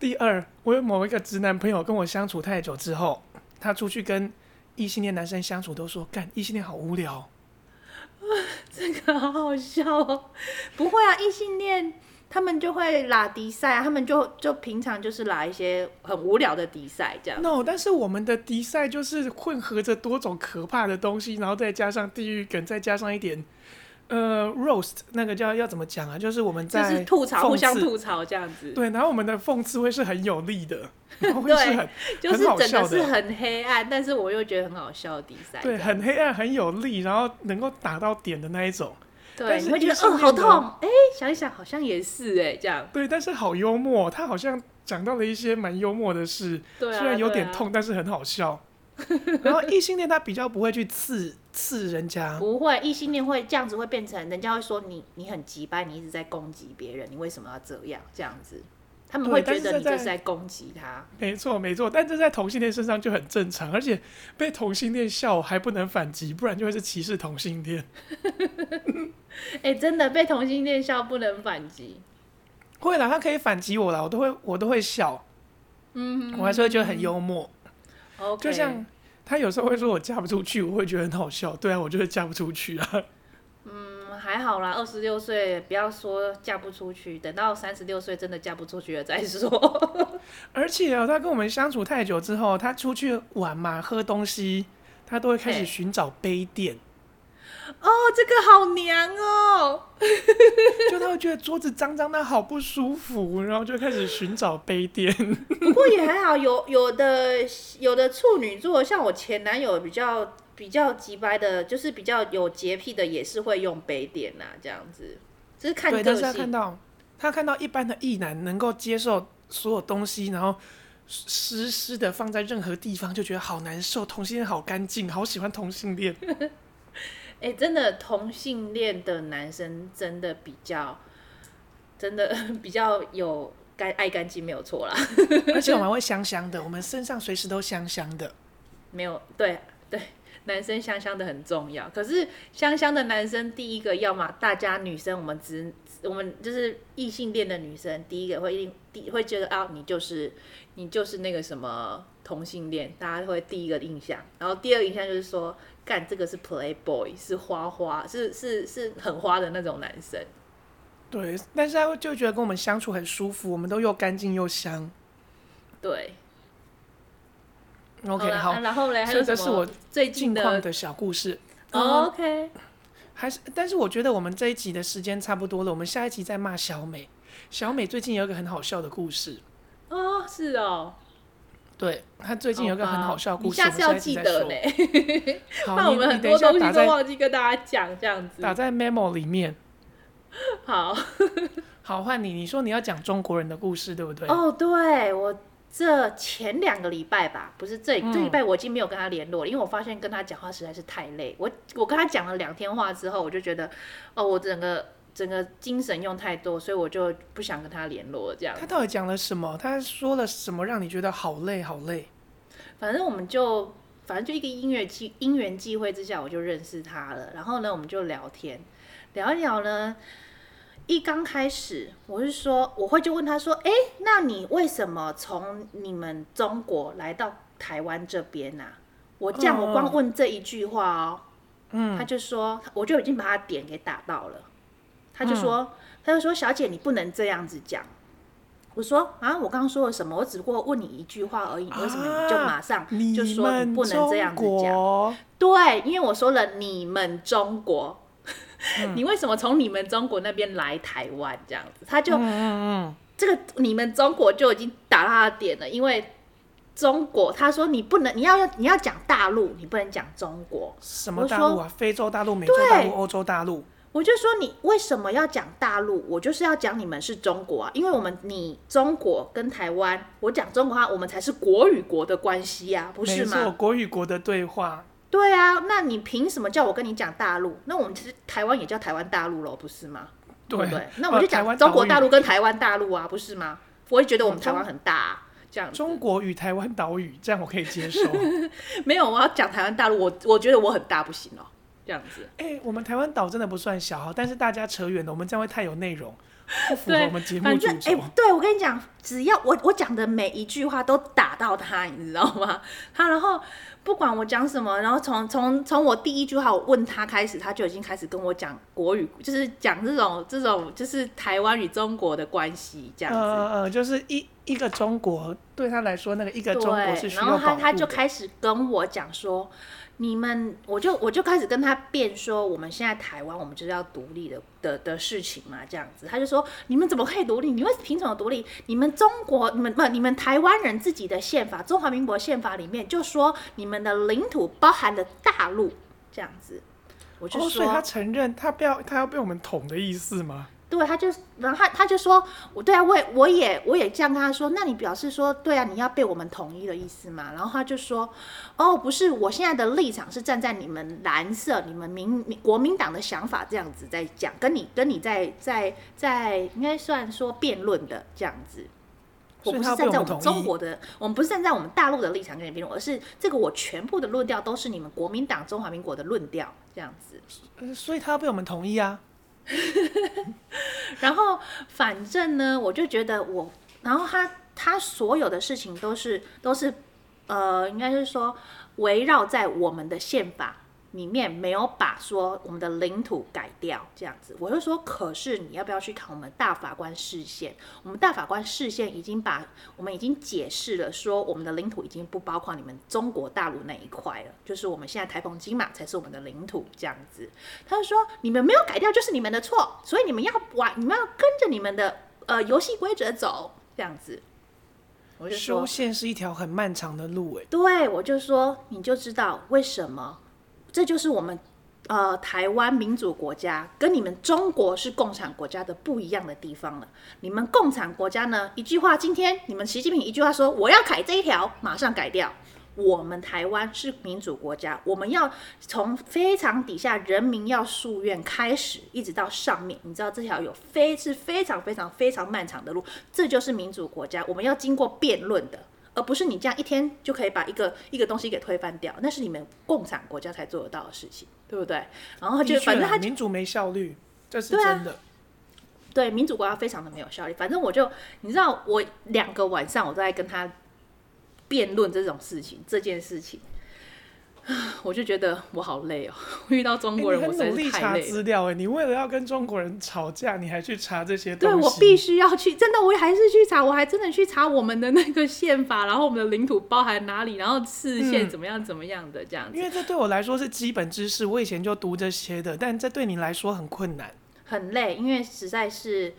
Speaker 1: 第二，我有某一个直男朋友跟我相处太久之后，他出去跟异性恋男生相处，都说干异性恋好无聊。
Speaker 3: 这个 好好笑哦！不会啊，异性恋他们就会拉迪赛啊，他们就就平常就是拉一些很无聊的迪赛这样。
Speaker 1: No，但是我们的迪赛就是混合着多种可怕的东西，然后再加上地狱梗，再加上一点呃 roast 那个叫要怎么讲啊？就是我们
Speaker 3: 就
Speaker 1: 在
Speaker 3: 是吐槽，
Speaker 1: 讽
Speaker 3: 互相
Speaker 1: 刺。
Speaker 3: 吐槽这样子，
Speaker 1: 对，然后我们的讽刺会是很有力 的，然后会是很
Speaker 3: 就是
Speaker 1: 很好
Speaker 3: 整
Speaker 1: 笑
Speaker 3: 个
Speaker 1: 的
Speaker 3: 是很黑暗，但是我又觉得很好笑的迪赛。
Speaker 1: 对，很黑暗，很有力，然后能够打到点的那一种。但
Speaker 3: 对，
Speaker 1: 是
Speaker 3: 你会觉
Speaker 1: 异
Speaker 3: 得
Speaker 1: 性
Speaker 3: 哦好
Speaker 1: 恋的
Speaker 3: 痛，哎、想一想好像也是哎、这样。
Speaker 1: 对，但是好幽默，他好像讲到了一些蛮幽默的事，
Speaker 3: 对啊，
Speaker 1: 虽然有点
Speaker 3: 对啊
Speaker 1: 痛，但是很好 笑。然后异性恋他比较不会去刺刺人家，
Speaker 3: 不会，异性恋会这样子，会变成人家会说你你很急掰，你一直在攻击别人，你为什么要这样这样子？他们
Speaker 1: 对
Speaker 3: 会
Speaker 1: 但
Speaker 3: 觉
Speaker 1: 是
Speaker 3: 得
Speaker 1: 这
Speaker 3: 你就
Speaker 1: 在
Speaker 3: 是在攻击他。
Speaker 1: 没错没错，但这在同性恋身上就很正常，而且被同性恋笑还不能反击，不然就会是歧视同性恋，
Speaker 3: 哎、真的被同性恋笑不能反击。
Speaker 1: 会啦，他可以反击我啦，我都会我都会笑，
Speaker 3: 嗯
Speaker 1: 我还是会觉得很幽默，
Speaker 3: ，OK，
Speaker 1: 就像他有时候会说我嫁不出去，我会觉得很好笑，对啊，我就是嫁不出去啊。
Speaker 3: 嗯还好啦，二十六岁不要说嫁不出去，等到三十六岁真的嫁不出去了再说。
Speaker 1: 而且哦，他跟我们相处太久之后，他出去玩嘛，喝东西，他都会开始
Speaker 3: 嘿
Speaker 1: 寻找杯垫，
Speaker 3: 哦，这个好娘哦。
Speaker 1: 就他会觉得桌子脏脏的好不舒服，然后就开始寻找杯垫。
Speaker 3: 不过也还好，有有的有的处女座，像我前男友比较比较急掰的，就是比较有洁癖的，也是会用杯垫呐、这样子，就是 看
Speaker 1: 对，
Speaker 3: 个
Speaker 1: 但是他看
Speaker 3: 性。
Speaker 1: 到他看到一般的异男能够接受所有东西，然后湿湿的放在任何地方，就觉得好难受。同性恋好干净，好喜欢同性 恋。
Speaker 3: 哎、真的同性恋的男生真的比较，真的 比较有干爱干净，没有错啦，
Speaker 1: 而且我们还会香香的，我们身上随时都香香的。
Speaker 3: 没有对对，男生香香的很重要。可是香香的男生，第一个要么大家女生，我们直我们就是异性恋的女生，第一个会一定第会觉得啊，你就是你就是那个什么同性恋，大家会第一个印象。然后第二个印象就是说，干这个是 playboy，是花花，是是是很花的那种男生。
Speaker 1: 对，但是他就觉得跟我们相处很舒服，我们都又干净又香。
Speaker 3: 对
Speaker 1: OK，
Speaker 3: 啦
Speaker 1: 好
Speaker 3: 啊，然后嘞，还
Speaker 1: 所
Speaker 3: 有
Speaker 1: 以这
Speaker 3: 什
Speaker 1: 是
Speaker 3: 么
Speaker 1: 我
Speaker 3: 最近
Speaker 1: 近况
Speaker 3: 的
Speaker 1: 的小故事。
Speaker 3: 哦 OK，
Speaker 1: 还是，但是我觉得我们这一集的时间差不多了，我们下一集再骂小美。小美最近有一个很好笑的故事，
Speaker 3: 哦是哦，
Speaker 1: 对她最近有一个很好笑的故事，
Speaker 3: 好吧你下次
Speaker 1: 我
Speaker 3: 要
Speaker 1: 们
Speaker 3: 记
Speaker 1: 下一集再
Speaker 3: 得
Speaker 1: 说。
Speaker 3: 嘞， 不然
Speaker 1: 好，
Speaker 3: 我
Speaker 1: 你
Speaker 3: 们
Speaker 1: 你
Speaker 3: 很
Speaker 1: 等一
Speaker 3: 多
Speaker 1: 下
Speaker 3: 东西
Speaker 1: 打
Speaker 3: 都
Speaker 1: 在
Speaker 3: 忘记跟大家讲，这样子。
Speaker 1: 打在 memo 里面。
Speaker 3: 好，
Speaker 1: 好，换你，你说你要讲中国人的故事，对不对？
Speaker 3: 哦，对我这前两个礼拜吧，不是这、
Speaker 1: 嗯
Speaker 3: 这礼拜我已经没有跟他联络了，因为我发现跟他讲话实在是太累。我我跟他讲了两天话之后，我就觉得，哦，我整个整个精神用太多，所以我就不想跟他联络了这样
Speaker 1: 他。到底讲了什么？他说了什么让你觉得好累好累？
Speaker 3: 反正我们就反正就一个音乐机因缘际会之下，我就认识他了。然后呢，我们就聊天，聊一聊呢。一刚开始，我是说，我会就问他说：“哎、那你为什么从你们中国来到台湾这边呐、我这样，
Speaker 1: 嗯
Speaker 3: 我光问这一句话哦，
Speaker 1: 嗯
Speaker 3: 他就说，我就已经把他点给打到了。他就说，
Speaker 1: 嗯
Speaker 3: 他就说，小姐，你不能这样子讲。我说啊，我刚刚说了什么？我只不过问你一句话而已，为什么你就马上
Speaker 1: 啊你
Speaker 3: 就说
Speaker 1: 们
Speaker 3: 不能这样子
Speaker 1: 中
Speaker 3: 讲？
Speaker 1: 国
Speaker 3: 对，因为我说了你们中国，
Speaker 1: 嗯
Speaker 3: 你为什么从你们中国那边来台湾这样子？他就、
Speaker 1: 嗯嗯
Speaker 3: 这个你们中国就已经打到他的点了，因为中国他说你不能，你要你要讲大陆，你不能讲中国。
Speaker 1: 嗯，什么大陆啊？非洲大陆、美洲
Speaker 3: 对
Speaker 1: 大陆、欧洲大陆？
Speaker 3: 我就说你为什么要讲大陆？我就是要讲你们是中国啊，因为我们你中国跟台湾，我讲中国话，我们才是国与国的关系呀、不
Speaker 1: 没
Speaker 3: 是
Speaker 1: 错，
Speaker 3: 吗？
Speaker 1: 国与国的对话。
Speaker 3: 对啊，那你凭什么叫我跟你讲大陆？那我们其实台湾也叫台湾大陆喽，不是吗？对不对？那我们就
Speaker 1: 呃台湾
Speaker 3: 讲中国
Speaker 1: 岛屿
Speaker 3: 大陆跟台湾大陆啊，不是吗？我也觉得我们台湾很大、啊，这样子
Speaker 1: 中国与台湾岛屿，这样我可以接 受。
Speaker 3: 没有我要讲台湾大陆，我我觉得我很大不行哦，这样子。
Speaker 1: 哎、我们台湾岛真的不算小哈，但是大家扯远了，我们这样会太有内容，不符合
Speaker 3: 对，
Speaker 1: 我们节目
Speaker 3: 反
Speaker 1: 主
Speaker 3: 正哎
Speaker 1: 轴。
Speaker 3: 对我跟你讲，只要我我讲的每一句话都打到他，你知道吗？ 他然后不管我讲什么，然后从从从我第一句话我问他开始，他就已经开始跟我讲国语，就是讲这种这种就是台湾与中国的关系这样子。
Speaker 1: 呃呃，就是一一个中国对他来说，那个一个中国是
Speaker 3: 对，
Speaker 1: 需要
Speaker 3: 然
Speaker 1: 保
Speaker 3: 后
Speaker 1: 护
Speaker 3: 他他
Speaker 1: 的
Speaker 3: 就开始跟我讲说，你们，我就我就开始跟他辩说，我们现在台湾我们就是要独立的的的事情嘛，这样子，他就说你们怎么可以独立？你们凭什么独立？你们中国，你们不，你们台湾人自己的宪法，中华民国宪法里面就说你们的领土包含了大陆，这样子，我就
Speaker 1: 哦，所
Speaker 3: 说，
Speaker 1: 以他承认他不要他要被我们捅的意思吗？
Speaker 3: 对，他就，然后他他就说，我对啊，我也我也我也这样跟他说，那你表示说，对啊，你要被我们统一的意思嘛？然后他就说，哦，不是，我现在的立场是站在你们蓝色、你们民民国民党的想法这样子在讲，跟你跟你在在在应该算说辩论的这样子。我
Speaker 1: 所以
Speaker 3: 不是
Speaker 1: 他要被
Speaker 3: 站在
Speaker 1: 我
Speaker 3: 我
Speaker 1: 们统
Speaker 3: 们
Speaker 1: 一
Speaker 3: 中国的，我们不是站在我们大陆的立场跟你辩论，而是这个我全部的论调都是你们国民党、中华民国的论调这样子。
Speaker 1: 呃所以他要被我们同意啊。
Speaker 3: 然后反正呢，我就觉得我，然后他他所有的事情都是都是，呃，应该是说围绕在我们的宪法里面没有把说我们的领土改掉这样子。我就说，可是你要不要去看我们大法官视线？我们大法官视线已经把我们已经解释了，说我们的领土已经不包括你们中国大陆那一块了，就是我们现在台澎金马才是我们的领土这样子。他就说你们没有改掉就是你们的错，所以你们要玩，你们要跟着你们的呃游戏规则走这样子。我就说
Speaker 1: 修，宪是一条很漫长的路、哎，
Speaker 3: 对，我就说你就知道为什么，这就是我们呃台湾民主国家跟你们中国是共产国家的不一样的地方了。你们共产国家呢，一句话，今天你们习近平一句话说我要改这一条，马上改掉。我们台湾是民主国家，我们要从非常底下人民要夙愿开始，一直到上面，你知道这条有非是非常非常非常漫长的路，这就是民主国家，我们要经过辩论的。而不是你这样一天就可以把一个一个东西给推翻掉，那是你们共产国家才做得到的事情，对不对？然后他哦就
Speaker 1: 的确
Speaker 3: 反正
Speaker 1: 啦
Speaker 3: 他
Speaker 1: 民主没效率，这是
Speaker 3: 对啊
Speaker 1: 真的。
Speaker 3: 对民主国家非常的没有效率。反正我就你知道，我两个晚上我都在跟他辩论这种事情，这件事情，我就觉得我好累哦， 遇到中
Speaker 1: 哎
Speaker 3: 国人
Speaker 1: 你
Speaker 3: 我
Speaker 1: 很
Speaker 3: 实在
Speaker 1: 努力
Speaker 3: 是太
Speaker 1: 查
Speaker 3: 累了。
Speaker 1: 资料哎、你为了要跟中国人吵架，你还去查这些东
Speaker 3: 对
Speaker 1: 西？
Speaker 3: 我必须要去，真的，我还是去查，我还真的去查我们的那个宪法，然后我们的领土包含哪里，然后视线
Speaker 1: 嗯
Speaker 3: 怎么样怎么样的这样子
Speaker 1: 因，为这对我来说是基本知识，我以前就读这些的，但这对你来说很困难。
Speaker 3: 很累，因为实在是，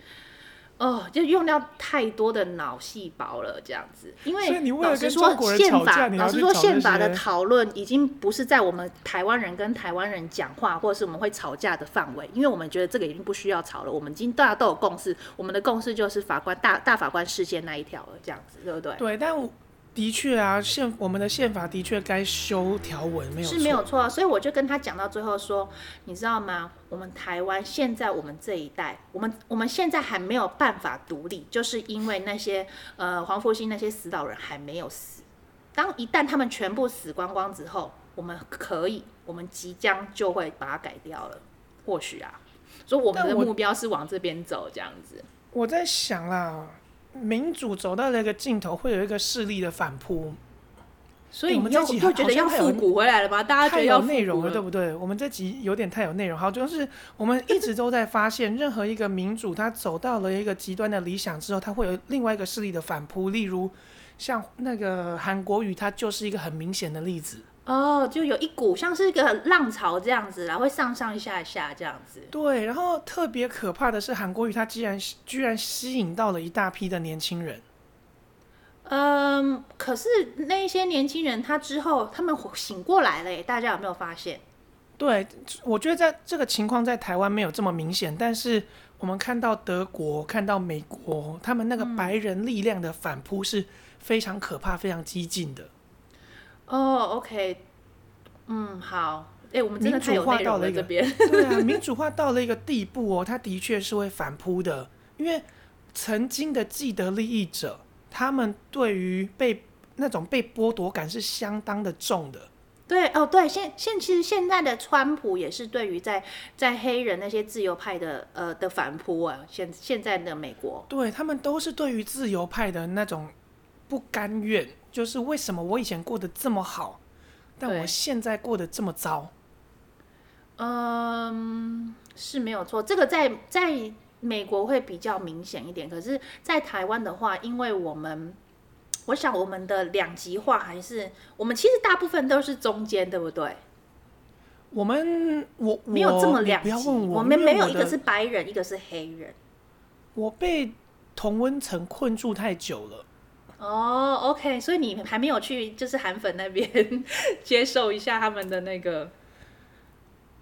Speaker 3: 哦，就用掉太多的脑细胞了这样子。因
Speaker 1: 所以你为了
Speaker 3: 老实
Speaker 1: 跟
Speaker 3: 说
Speaker 1: 中国，人
Speaker 3: 宪
Speaker 1: 吵架
Speaker 3: 法
Speaker 1: 你还
Speaker 3: 老
Speaker 1: 要
Speaker 3: 实
Speaker 1: 去
Speaker 3: 说，
Speaker 1: 找
Speaker 3: 宪
Speaker 1: 那
Speaker 3: 法的
Speaker 1: 些
Speaker 3: 讨论已经不是在我们台湾人跟台湾人讲话，或者是我们会吵架的范围，因为我们觉得这个已经不需要吵了，我们已经大家都有共识，我们的共识就是法官大大法官视线那一条了，这样子，对不对？
Speaker 1: 对，但我的确啊，宪我们的宪法的确该修条文，没有
Speaker 3: 是没有
Speaker 1: 错
Speaker 3: 错，啊所以我就跟他讲到最后说，你知道吗？我们台湾现在我们这一代，我们我们现在还没有办法独立，就是因为那些呃黄复兴那些死老人还没有死。当一旦他们全部死光光之后，我们可以，我们即将就会把它改掉了，或许啊。所以我们
Speaker 1: 但
Speaker 3: 的
Speaker 1: 我
Speaker 3: 目标是往这边走，这样子。
Speaker 1: 我在想啦，民主走到了一个尽头，会有一个势力的反扑。
Speaker 3: 所
Speaker 1: 哎
Speaker 3: 以
Speaker 1: 我们
Speaker 3: 你又
Speaker 1: 这集
Speaker 3: 又觉
Speaker 1: 好
Speaker 3: 得
Speaker 1: 像
Speaker 3: 要
Speaker 1: 还有
Speaker 3: 复古回来了吧？大家
Speaker 1: 太
Speaker 3: 觉得要
Speaker 1: 有
Speaker 3: 复
Speaker 1: 内容
Speaker 3: 古
Speaker 1: 了，对不对？我们这集有点太有内容。好，就是我们一直都在发现，任何一个民主，它走到了一个极端的理想之后，它会有另外一个势力的反扑。例如，像那个韩国语，它就是一个很明显的例子。
Speaker 3: 哦，就有一股像是一个浪潮这样子啦，会上上下下这样子。
Speaker 1: 对，然后特别可怕的是，韩国语它居然居然吸引到了一大批的年轻人。
Speaker 3: 嗯，可是那一些年轻人，他之后他们醒过来了耶，大家有没有发现？
Speaker 1: 对，我觉得在这个情况在台湾没有这么明显，但是我们看到德国、看到美国，他们那个白人力量的反扑是非常可怕、非常激进的，
Speaker 3: 哦，OK，嗯，好，哎、我们真的
Speaker 1: 民主
Speaker 3: 太有
Speaker 1: 化
Speaker 3: 内
Speaker 1: 到
Speaker 3: 容
Speaker 1: 了
Speaker 3: 了
Speaker 1: 一个
Speaker 3: 这边。
Speaker 1: 对啊，民主化到了一个地步哦，它的确是会反扑的，因为曾经的既得利益者，他们对于被那种被剥夺感是相当的重的。
Speaker 3: 对哦，对，现现其实现在的川普也是对于在在黑人那些自由派的呃的反扑啊，现现在的美国，
Speaker 1: 对他们都是对于自由派的那种不甘愿，就是为什么我以前过得这么好，但
Speaker 3: 对
Speaker 1: 我现在过得这么糟。
Speaker 3: 嗯，是没有错，这个在在美国会比较明显一点，可是，在台湾的话，因为我们，我想我们的两极化还是我们其实大部分都是中间，对不对？
Speaker 1: 我们我我
Speaker 3: 没有这么两
Speaker 1: 你
Speaker 3: 极，
Speaker 1: 不要问
Speaker 3: 们
Speaker 1: 因为
Speaker 3: 没有
Speaker 1: 我
Speaker 3: 一个
Speaker 1: 的
Speaker 3: 是白人，一个是黑人。
Speaker 1: 我被同温层困住太久了。
Speaker 3: 哦、o k 所以你还没有去就是韩粉那边 接受一下他们的那个，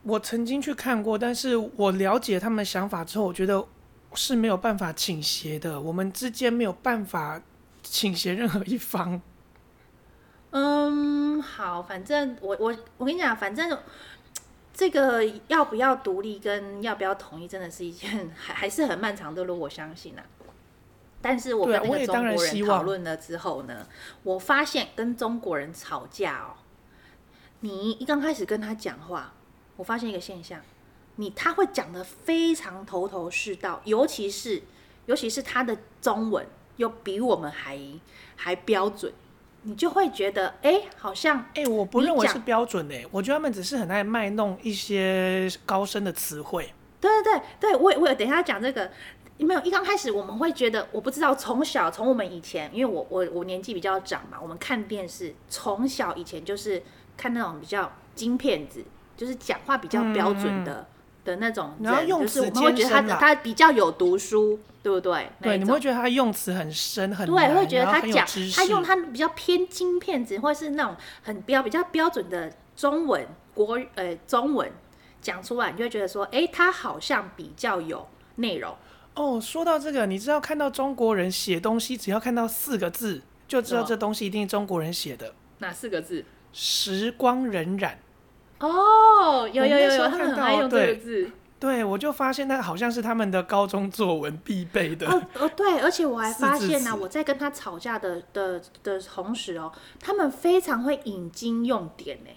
Speaker 1: 我曾经去看过，但是我了解他们的想法之后，我觉得是没有办法倾斜的，我们之间没有办法倾斜任何一方。
Speaker 3: 嗯，好，反正我我我跟你讲，反正这个要不要独立跟要不要统一，真的是一件 还还是很漫长的路，我相信啊。但是我
Speaker 1: 对
Speaker 3: 跟
Speaker 1: 啊
Speaker 3: 那
Speaker 1: 我
Speaker 3: 个
Speaker 1: 也
Speaker 3: 中
Speaker 1: 当然
Speaker 3: 国
Speaker 1: 希
Speaker 3: 人
Speaker 1: 望
Speaker 3: 讨论了之后呢，我发现跟中国人吵架哦，你一刚开始跟他讲话，我发现一个现象，你他会讲的非常头头是道，尤其是尤其是他的中文又比我们还还标准，你就会觉得哎、诶好像
Speaker 1: 哎、我不
Speaker 3: 你
Speaker 1: 认为
Speaker 3: 讲
Speaker 1: 是标准诶、我觉得他们只是很爱卖弄一些高深的词汇。
Speaker 3: 对对对对，我也我有等一下讲这个。没有，一刚开始我们会觉得，我不知道从小从我们以前，因为我我我年纪比较长嘛，我们看电视从小以前就是看那种比较金片子，就是讲话比较标准的、的那种
Speaker 1: 嗯
Speaker 3: 人，
Speaker 1: 然后用
Speaker 3: 就是
Speaker 1: 词
Speaker 3: 我们会觉得他
Speaker 1: 艰深啦
Speaker 3: 他比较有读书，对不对？那
Speaker 1: 对，
Speaker 3: 一
Speaker 1: 你
Speaker 3: 种
Speaker 1: 们会觉得他用词很深很
Speaker 3: 对，
Speaker 1: 难
Speaker 3: 会觉得
Speaker 1: 啊然后
Speaker 3: 他
Speaker 1: 很有
Speaker 3: 讲
Speaker 1: 知识
Speaker 3: 他用他比较偏金片子，或是那种很标比较标准的中文国语呃中文讲出来，你就会觉得说，哎、他好像比较有内容。
Speaker 1: 哦。说到这个，你知道看到中国人写东西，只要看到四个字，就知道
Speaker 3: 什么
Speaker 1: 这东西一定是中国人写的。
Speaker 3: 哪四个字？
Speaker 1: 时光荏苒，
Speaker 3: 哦，有
Speaker 1: 我
Speaker 3: 有
Speaker 1: 们那
Speaker 3: 有
Speaker 1: 时
Speaker 3: 哦有，
Speaker 1: 候
Speaker 3: 他
Speaker 1: 看
Speaker 3: 们很
Speaker 1: 到
Speaker 3: 爱用这
Speaker 1: 对
Speaker 3: 个字。
Speaker 1: 对，我就发现那好像是他们的高中作文必备的。
Speaker 3: 哦哦，对，而且我还发现
Speaker 1: 四
Speaker 3: 呢、
Speaker 1: 字词
Speaker 3: 我在跟他吵架的的的同时哦，他们非常会引经用典呢，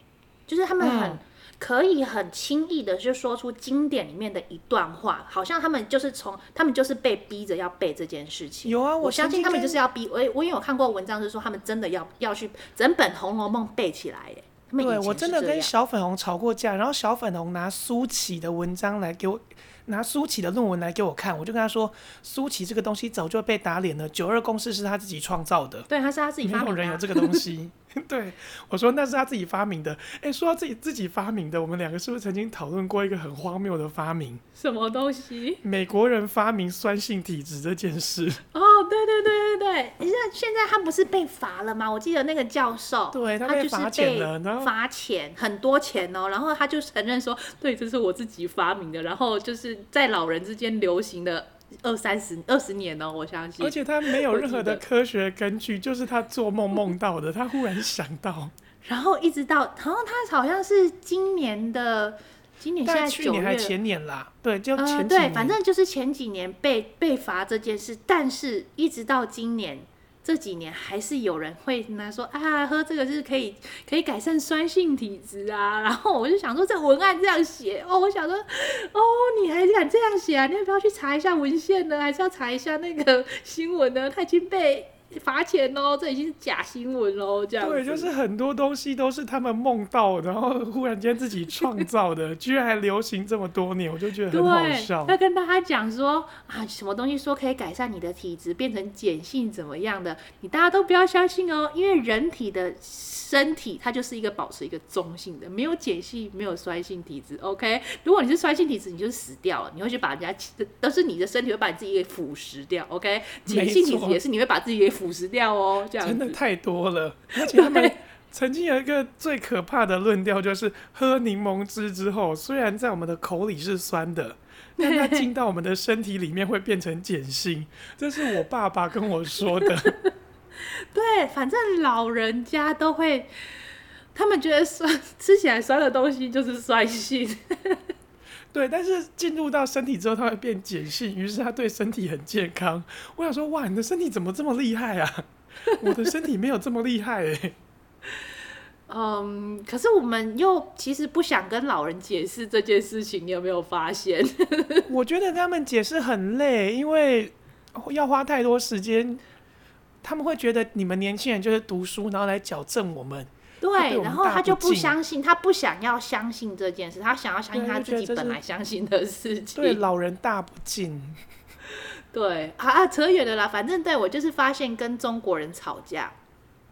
Speaker 3: 就是他们很、
Speaker 1: 嗯
Speaker 3: 可以很轻易的就说出经典里面的一段话，好像他们就是从他们就是被逼着要背这件事情。
Speaker 1: 有啊，
Speaker 3: 我相
Speaker 1: 曾
Speaker 3: 信
Speaker 1: 经
Speaker 3: 他们
Speaker 1: 跟
Speaker 3: 就是要逼我，我也有看过文章，是说他们真的要要去整本《红楼梦》背起来耶。他们以
Speaker 1: 对
Speaker 3: 前
Speaker 1: 我
Speaker 3: 是
Speaker 1: 真的
Speaker 3: 这
Speaker 1: 跟
Speaker 3: 样
Speaker 1: 小粉红吵过架，然后小粉红拿苏启的文章来给我，拿苏启的论文来给我看，我就跟他说，苏启这个东西早就被打脸了，九二共识是他自己创造的，
Speaker 3: 对，他是他自己
Speaker 1: 没
Speaker 3: 发
Speaker 1: 有
Speaker 3: 明的
Speaker 1: 人有
Speaker 3: 啊、
Speaker 1: 这个东西。 对，我说那是他自己发明的。哎，说到自己自己发明的，我们两个是不是曾经讨论过一个很荒谬的发明？
Speaker 3: 什么东西。
Speaker 1: 美国人发明酸性体质这件事。
Speaker 3: 哦，对对对对对，你看现在他不是被罚了吗？我记得那个教授，
Speaker 1: 对他
Speaker 3: 他
Speaker 1: 被
Speaker 3: 就是
Speaker 1: 罚钱了然后
Speaker 3: 被罚钱很多钱哦，然后他就承认说，对，这是我自己发明的，然后就是在老人之间流行的二三十二十年哦，我相信
Speaker 1: 而。且他没有
Speaker 3: 我
Speaker 1: 任
Speaker 3: 记
Speaker 1: 何的
Speaker 3: 得
Speaker 1: 科学根据，就是他做梦梦到的，他忽然想到。
Speaker 3: 然后一直到，然后他好像是今年的，今年现
Speaker 1: 但
Speaker 3: 在
Speaker 1: 去
Speaker 3: 九
Speaker 1: 年还
Speaker 3: 月。
Speaker 1: 前年啦，对，就前
Speaker 3: 呃，
Speaker 1: 几年。
Speaker 3: 对，反正就是前几年被被罚这件事，但是一直到今年这几年，还是有人会拿说啊，喝这个是可以可以改善酸性体质啊。 然后我就想说，这文案这样写 哦，我想说，哦，你还敢这样写啊？你要不要去查一下文献呢？还是要查一下那个新闻呢？他已经被罚钱喽，这已经是假新闻喽，这样子
Speaker 1: 对，就是很多东西都是他们梦到，然后忽然间自 己创造的，居然还流行这么多年，我就觉得 很好笑
Speaker 3: 对，。要跟大家讲说啊，什么东西说可以改善你的体质，变成碱性怎么样的，你大家都不要相信哦，因为人体的身体它就是一个保持一个中性的，没有碱性，没有酸性体质。OK，如果你是酸性体质，你就是死掉了，你会去把人家，都是你的身体会把你自己给腐蚀掉。OK，碱性 体
Speaker 1: 没
Speaker 3: 质
Speaker 1: 错
Speaker 3: 也是你会把自己给腐蚀掉哦，这样子。
Speaker 1: 真的太多 了，而且他们曾经有一个最可怕的论调，就是喝柠檬汁之后，虽然在我们的口里是酸的，但它进到我们的身体里面会变成碱性。这是我爸爸跟我说的。
Speaker 3: 对，反正老人家都会，他们觉得酸吃起来酸的东西就是酸性。
Speaker 1: 对，但是进入到身体之后，它会变碱性，于是它对身体很健康。我想说，哇，你的身体怎么这么厉害啊？ 我的身体没有这么厉害诶、欸
Speaker 3: 嗯，可是我们又其实不想跟老人解释这件事情，你有没有 发现？
Speaker 1: 我觉得他们解释很累，因为要花太多时间。他们会觉得你们年轻人就是读书，然后来矫正我们。他对
Speaker 3: 对，
Speaker 1: 我们
Speaker 3: 然后
Speaker 1: 大
Speaker 3: 他
Speaker 1: 不
Speaker 3: 就不
Speaker 1: 敬啊
Speaker 3: 相信，他不想要相信这件事，他想要相信
Speaker 1: 对
Speaker 3: 他
Speaker 1: 就觉得
Speaker 3: 自己
Speaker 1: 这
Speaker 3: 本
Speaker 1: 是
Speaker 3: 来相信的事
Speaker 1: 对
Speaker 3: 情。
Speaker 1: 老人大不敬。
Speaker 3: 对，啊啊，扯远了啦。反正对我就是发现跟中国人吵架，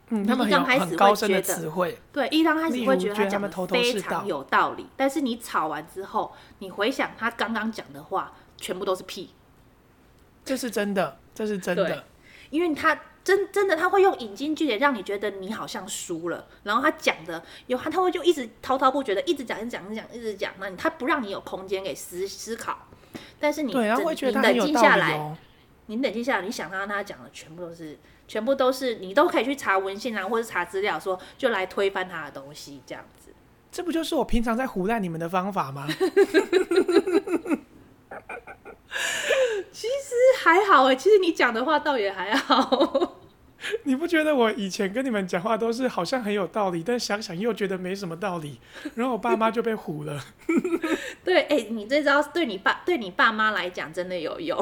Speaker 1: 嗯，他们
Speaker 3: 你
Speaker 1: 很
Speaker 3: 刚
Speaker 1: 有
Speaker 3: 开始
Speaker 1: 很高
Speaker 3: 会
Speaker 1: 深的
Speaker 3: 觉得
Speaker 1: 词汇。
Speaker 3: 对，一刚开始
Speaker 1: 例
Speaker 3: 会
Speaker 1: 如
Speaker 3: 觉得
Speaker 1: 觉
Speaker 3: 他
Speaker 1: 得他
Speaker 3: 讲
Speaker 1: 们
Speaker 3: 的
Speaker 1: 头头
Speaker 3: 非
Speaker 1: 是道
Speaker 3: 常有道理，但是你吵完之后，你回想他刚刚讲的话，全部都是屁。
Speaker 1: 这是真的，这是真的
Speaker 3: 对。因为他真真的他会用引经据典，让你觉得你好像输了，然后他讲的有他他会就一直滔滔不绝的一直讲一直讲一直讲一直讲，那你他不让你有空间给思思考，但是你
Speaker 1: 对，然后
Speaker 3: 真
Speaker 1: 会觉得他
Speaker 3: 你
Speaker 1: 很
Speaker 3: 冷
Speaker 1: 有
Speaker 3: 静
Speaker 1: 道
Speaker 3: 下
Speaker 1: 理
Speaker 3: 来，
Speaker 1: 哦。
Speaker 3: 你冷静下来，你想让他讲的全部都是全部都是你都可以去查文献啊，或者查资料说就来推翻他的东西这样子。
Speaker 1: 这不就是我平常在胡乱你们的方法吗？
Speaker 3: 这还好哎、其实你讲的话倒也还好。
Speaker 1: 你不觉得我以前跟你们讲话都是好像很有道理，但想想又觉得没什么道理，然后我爸妈就被唬了。
Speaker 3: 对，哎、你这招对你爸对你爸妈来讲真的有用。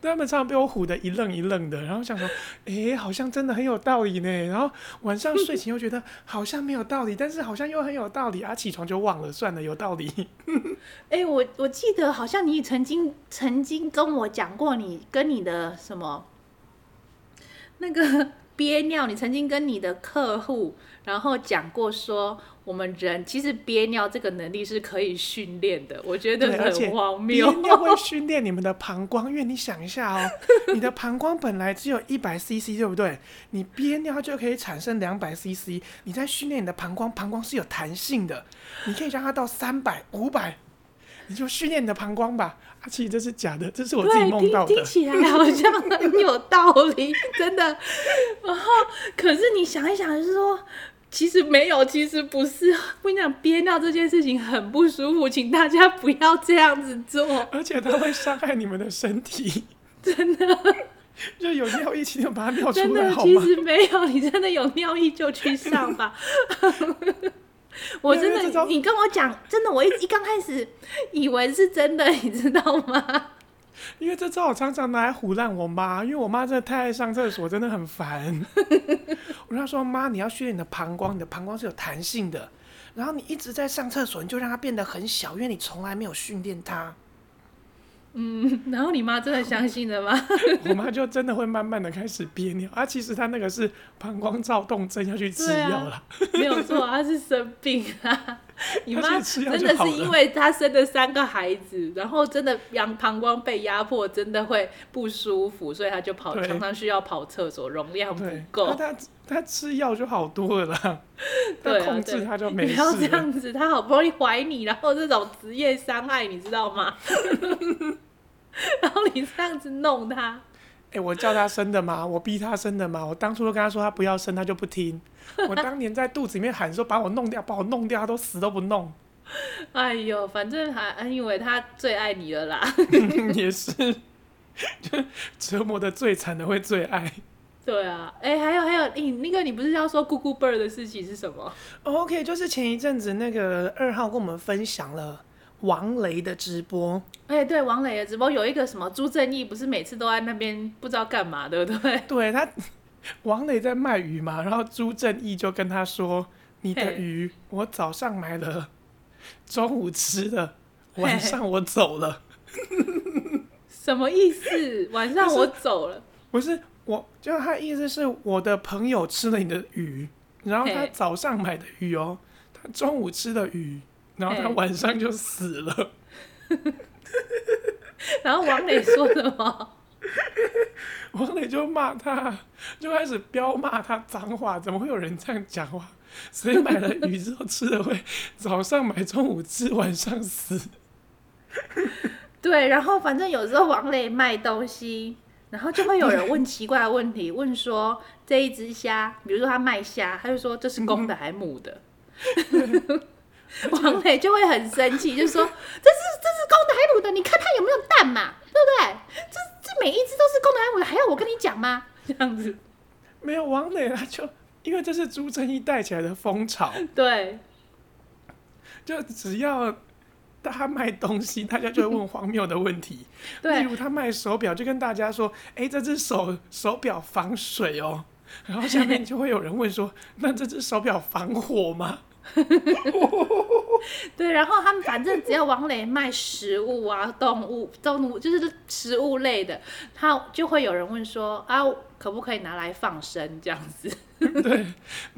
Speaker 1: 但他们常常被我唬得一愣一愣的，然后想说，诶，好像真的很有道理呢。然后晚上睡前又觉得好像没有道理，但是好像又很有道理啊，起床就忘了，算了，有道理。
Speaker 3: 哎、我我记得好像你曾经曾经跟我讲过你，跟你的什么那个 憋尿，你曾经跟你的客户然后讲过说，我们人其实憋尿这个能力是可以训练的，我觉得
Speaker 1: 对，而且
Speaker 3: 很荒
Speaker 1: 憋
Speaker 3: 谬。
Speaker 1: 尿会训练你们的膀胱，因为你想一下 哦，你的膀胱本来只有一百 CC，对不对？你憋尿它就可以产生两百 CC，你在训练你的膀胱，膀胱是有弹性的，你可以让它到三百、五百，你就训练你的膀胱吧。啊，其实这是假的，这是我自己
Speaker 3: 对，
Speaker 1: 梦到
Speaker 3: 听
Speaker 1: 的。
Speaker 3: 听起来好像 很有道理，真的。然后，可是你想一想，就是说，其实没有，其实不是。我跟你讲，憋尿这件事情很不舒服，请大家不要这样子做，
Speaker 1: 而且它会伤害你们的身体。
Speaker 3: 真的，
Speaker 1: 就有尿意，请你们把它尿
Speaker 3: 真
Speaker 1: 出来
Speaker 3: 的，
Speaker 1: 好
Speaker 3: 其
Speaker 1: 吗？
Speaker 3: 实没有。你真的有尿意就去上吧。 我真
Speaker 1: 没有这
Speaker 3: 的，
Speaker 1: 招
Speaker 3: 你跟我讲，真的，我一一刚开始以为是真的，你知道吗？
Speaker 1: 因为这招我常常拿来唬烂我妈，因为我妈真的太爱上厕所，真的很 烦。我跟她说：“妈，你要训练你的膀胱，你的膀胱是有弹性的。然后你一直在上厕所，你就让它变得很小，因为你从来没有训练 它。
Speaker 3: 然后你妈真的相信了吗？”
Speaker 1: 我妈就真的会慢慢的开始憋尿啊。其实她那个是膀胱躁动症，要去吃
Speaker 3: 对啊
Speaker 1: 药啦。
Speaker 3: 没有错，她是生病 啊。你妈
Speaker 1: 她去吃
Speaker 3: 真
Speaker 1: 药就
Speaker 3: 的
Speaker 1: 好
Speaker 3: 是
Speaker 1: 了
Speaker 3: 因为她生了三个孩子，然后真的羊膀胱被压迫，真的会不舒服，所以她就跑，
Speaker 1: 对
Speaker 3: 常常需要跑厕所，容量啊不
Speaker 1: 对，
Speaker 3: 够
Speaker 1: 那。她她吃药就好多了啦。
Speaker 3: 对
Speaker 1: 她
Speaker 3: 啊，
Speaker 1: 控制
Speaker 3: 对
Speaker 1: 她就没
Speaker 3: 你不要这
Speaker 1: 事了。
Speaker 3: 样子，她好不容易怀你，然后这种职业伤害，你知道吗？ 然后你这样子弄她，
Speaker 1: 哎、我叫她生的嘛，我逼她生的嘛。我当初都跟她说她不要生，她就不听。我当年在肚子里面喊说把我弄掉，把我弄掉，她都死都不 弄。
Speaker 3: 哎呦，反正还因为她最爱你了啦。
Speaker 1: 也是，就折磨的最惨的会最爱。
Speaker 3: 对啊，哎、还有还有，你、那个你不是要说姑姑辈儿的事情是什么？
Speaker 1: OK，就是前一阵子那个二号跟我们分享了王雷的直播，
Speaker 3: 哎、对，王磊的直播有一个什么朱正义，不是每次都在那边不知道干嘛，对不对？
Speaker 1: 对他，王雷在卖鱼嘛，然后朱正义就跟他说：“你的
Speaker 3: 嘿
Speaker 1: 鱼我早上买了，中午吃了，
Speaker 3: 嘿
Speaker 1: 晚上我走了。
Speaker 3: 什么意思？晚上我走了，”
Speaker 1: 不是我，就他意思是我的朋友吃了你的鱼，然后他
Speaker 3: 嘿
Speaker 1: 早上买的鱼哦，他中午吃的鱼，然后他
Speaker 3: 嘿
Speaker 1: 晚上就死了。
Speaker 3: 然后王磊说什么？
Speaker 1: 王磊就骂他，就开始彪骂他脏话，怎么会有人这样讲话？谁买了鱼之后吃的会早上买，中午吃，晚上死？
Speaker 3: 对，然后反正有时候王磊卖东西，然后就会有人问奇怪的问题，问说这一只虾，比如说他卖虾，他就说这是公的还母的。 王磊就会很生气，就说：“这是这是公的还母的？你看它有没有蛋嘛，对不对？这这每一只都是公的还母的，还要我跟你讲吗？” 这样子，
Speaker 1: 没有，王磊他就因为这是朱正义带起来的风潮，
Speaker 3: 对，
Speaker 1: 就只要他卖东西，大家就会问荒谬的问题。
Speaker 3: 对
Speaker 1: 例如他卖手表，就跟大家说：“哎、这只手手表防水哦。”然后下面就会有人问说：“那这只手表防火吗？”
Speaker 3: 对，然后他们反正只要王磊卖食物啊、动物、动物就是食物类的，他就会有人问说啊，可不可以拿来放生这样子？
Speaker 1: 对，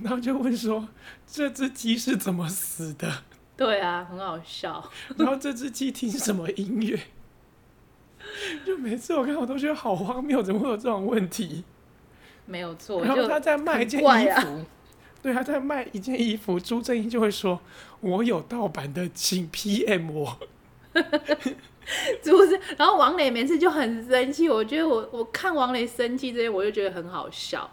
Speaker 1: 然后就问说这只鸡是怎么死的，
Speaker 3: 对啊，很好笑。
Speaker 1: 然后这只鸡听什么音乐， 就每次我看我都觉得好荒谬，怎么会有这种问题？
Speaker 3: 没有错，
Speaker 1: 然后
Speaker 3: 就
Speaker 1: 他在卖一件
Speaker 3: 很
Speaker 1: 衣
Speaker 3: 怪
Speaker 1: 服，
Speaker 3: 啊。
Speaker 1: 对，他在卖一件衣服，朱正英就会说：“我有盗版的，请 PM 我。
Speaker 3: 是不是？然后王磊每次就很生气，我觉得我我看王磊生气这些，我就觉得很好笑，”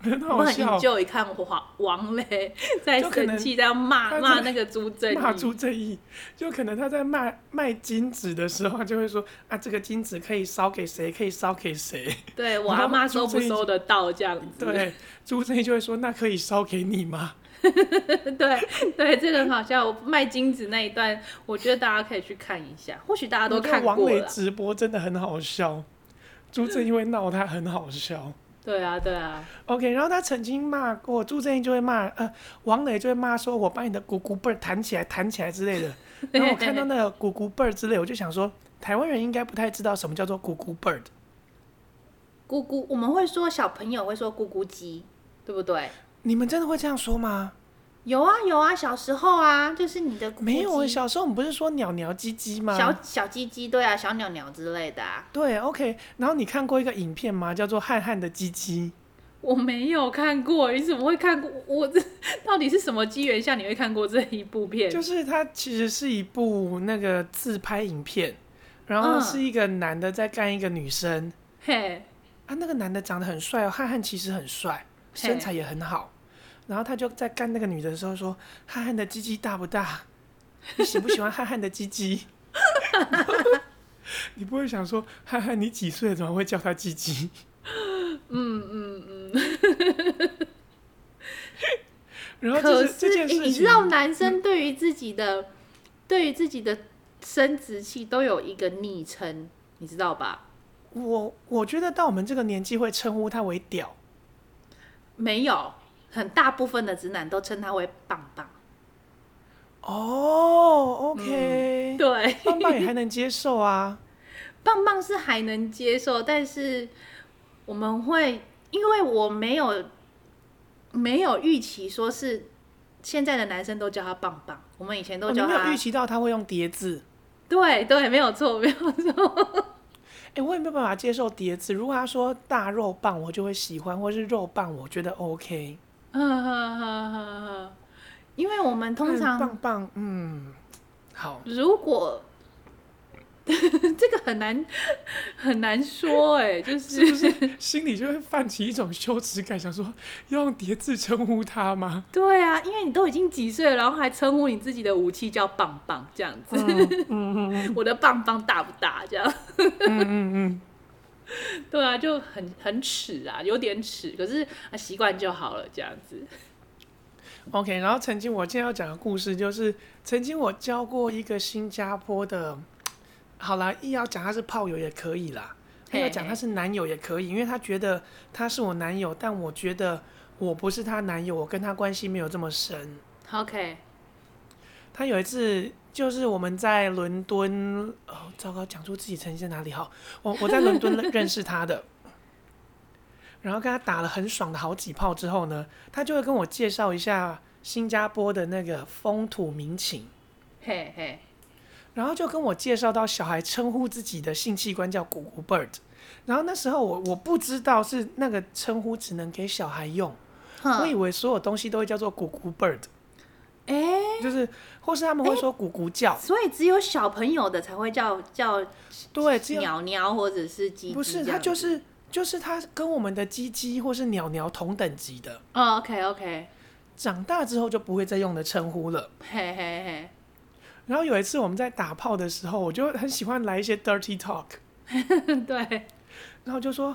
Speaker 1: 很好
Speaker 3: 我很
Speaker 1: 笑，
Speaker 3: enjoy 看王王磊在
Speaker 1: 就可能
Speaker 3: 生气，在骂
Speaker 1: 他
Speaker 3: 骂
Speaker 1: 在
Speaker 3: 那个朱正
Speaker 1: 骂
Speaker 3: 义。
Speaker 1: 朱正义，就可能他在卖卖金子的时候，他就会说：“啊，这个金子可以烧给谁？可以烧给谁
Speaker 3: 对我
Speaker 1: 然后
Speaker 3: 阿妈
Speaker 1: 朱
Speaker 3: 收不
Speaker 1: 正义
Speaker 3: 收得到这样子？”？
Speaker 1: 对，朱正义就会说：“那可以烧给你吗？”
Speaker 3: 对对，这个很好笑。我卖金子那一段，我觉得大家可以去看一下，或许大家
Speaker 1: 我
Speaker 3: 都
Speaker 1: 觉得
Speaker 3: 看
Speaker 1: 王
Speaker 3: 过
Speaker 1: 磊
Speaker 3: 了。
Speaker 1: 直播真的很好笑，朱正因为闹他很好笑。
Speaker 3: 对啊，对啊，
Speaker 1: OK，然后他曾经骂过朱正英，就会骂呃王磊就会骂说：“我把你的咕咕贝儿弹起来，弹起来之类的。”然后我看到那个咕咕贝儿之类，我就想说，台湾人应该不太知道什么叫做咕咕贝儿。
Speaker 3: 姑姑，我们会说小朋友会说姑姑鸡，对不对？
Speaker 1: 你们真的会这样说吗？
Speaker 3: 有啊有啊，小时候啊，就是你的咕咕鸡
Speaker 1: 没有，啊小时候我们不是说鸟鸟鸡鸡吗？
Speaker 3: 小小鸡鸡，对啊，小鸟鸟之类的啊。
Speaker 1: 对，OK。然后你看过一个影片吗？叫做《汉汉的鸡鸡》。
Speaker 3: 我没有看过，你怎么会看过？我这 到底是什么机缘下你会看过这一部片？
Speaker 1: 就是它其实是一部那个自拍影片，然后
Speaker 3: 嗯
Speaker 1: 是一个男的在干一个女生、
Speaker 3: 嘿，
Speaker 1: 啊，那个男的长得很帅哦，汉汉其实很帅，身材也很好，然后他就在干那个女的时候说：“汉汉的鸡鸡大不大？你喜不喜欢汉汉的鸡鸡？” 你不会想说：“汉汉，你几岁了怎么会叫他鸡鸡
Speaker 3: 嗯嗯嗯。？”
Speaker 1: 然后
Speaker 3: 可
Speaker 1: 这
Speaker 3: 是
Speaker 1: 这件事
Speaker 3: 诶
Speaker 1: 情，嗯
Speaker 3: 你知道男生对于自己的、对于自己的生殖器都有一个昵称，你知道吧？
Speaker 1: 我我觉得到我们这个年纪会称呼他为“屌
Speaker 3: 没有，很大部分的直男都称它为棒棒。”。
Speaker 1: 哦，OK，、
Speaker 3: 对，
Speaker 1: 棒棒也还能接受啊。
Speaker 3: 棒棒是还能接受，但是我们会，因为我没有没有预期说是现在的男生都叫他棒棒，我们以前
Speaker 1: 我
Speaker 3: 都
Speaker 1: 哦你
Speaker 3: 叫
Speaker 1: 没有
Speaker 3: 他，
Speaker 1: 预期到他会用叠字。
Speaker 3: 对对，没有错，没有错，
Speaker 1: 哎、我也没有办法接受叠字。如果他说大肉棒，我就会喜欢，或是肉棒，我觉得 OK。
Speaker 3: 呵呵呵呵呵，因为我们通
Speaker 1: 嗯
Speaker 3: 常
Speaker 1: 棒棒，嗯， 好，
Speaker 3: 如果这个很难很难说哎、就是
Speaker 1: 心里就会泛起一种羞耻感，想说要用叠字称呼他吗？
Speaker 3: 对啊，因为你都已经几岁了，然后还称呼你自己的武器叫棒棒这样子， 我的棒棒大不大这样？
Speaker 1: 嗯嗯嗯，
Speaker 3: 对啊，就很很耻啊，有点耻，可是啊习惯就好了这样子。
Speaker 1: OK，然后曾经我今天要讲的故事就是，曾经我教过一个新加坡的，好啦，一要讲他是炮友也可以啦，
Speaker 3: 嘿
Speaker 1: 二要讲他是男友也可以，因为他觉得他是我男友，但我觉得我不是他男友，我跟他关系没有这么深。
Speaker 3: OK，
Speaker 1: 他有一次就是我们在伦敦，哦，糟糕，讲出自己曾经在哪里好，我我在伦敦认认识他的， 然后跟他打了很爽的好几炮之后呢，他就会跟我介绍一下新加坡的那个风土民情，
Speaker 3: 嘿嘿，
Speaker 1: 然后就跟我介绍到小孩称呼自己的性器官叫“姑姑 bird”，然后那时候我我不知道是那个称呼只能给小孩用，我以
Speaker 3: 哼，
Speaker 1: 为所有东西都会叫做“姑姑 bird”，
Speaker 3: 哎、
Speaker 1: 就是或是他们会说“姑姑叫
Speaker 3: 所以只有小朋友的才会叫叫”，
Speaker 1: 对，只有
Speaker 3: 鸟鸟或者是鸡鸡这样子，
Speaker 1: 不是，它就是就是它跟我们的鸡鸡或是鸟鸟同等级的，
Speaker 3: 哦，OK OK，
Speaker 1: 长大之后就不会再用的称呼了。
Speaker 3: 嘿嘿嘿，
Speaker 1: 然后有一次我们在打炮的时候，我就很喜欢来一些 dirty talk，
Speaker 3: 对，
Speaker 1: 然后就说：“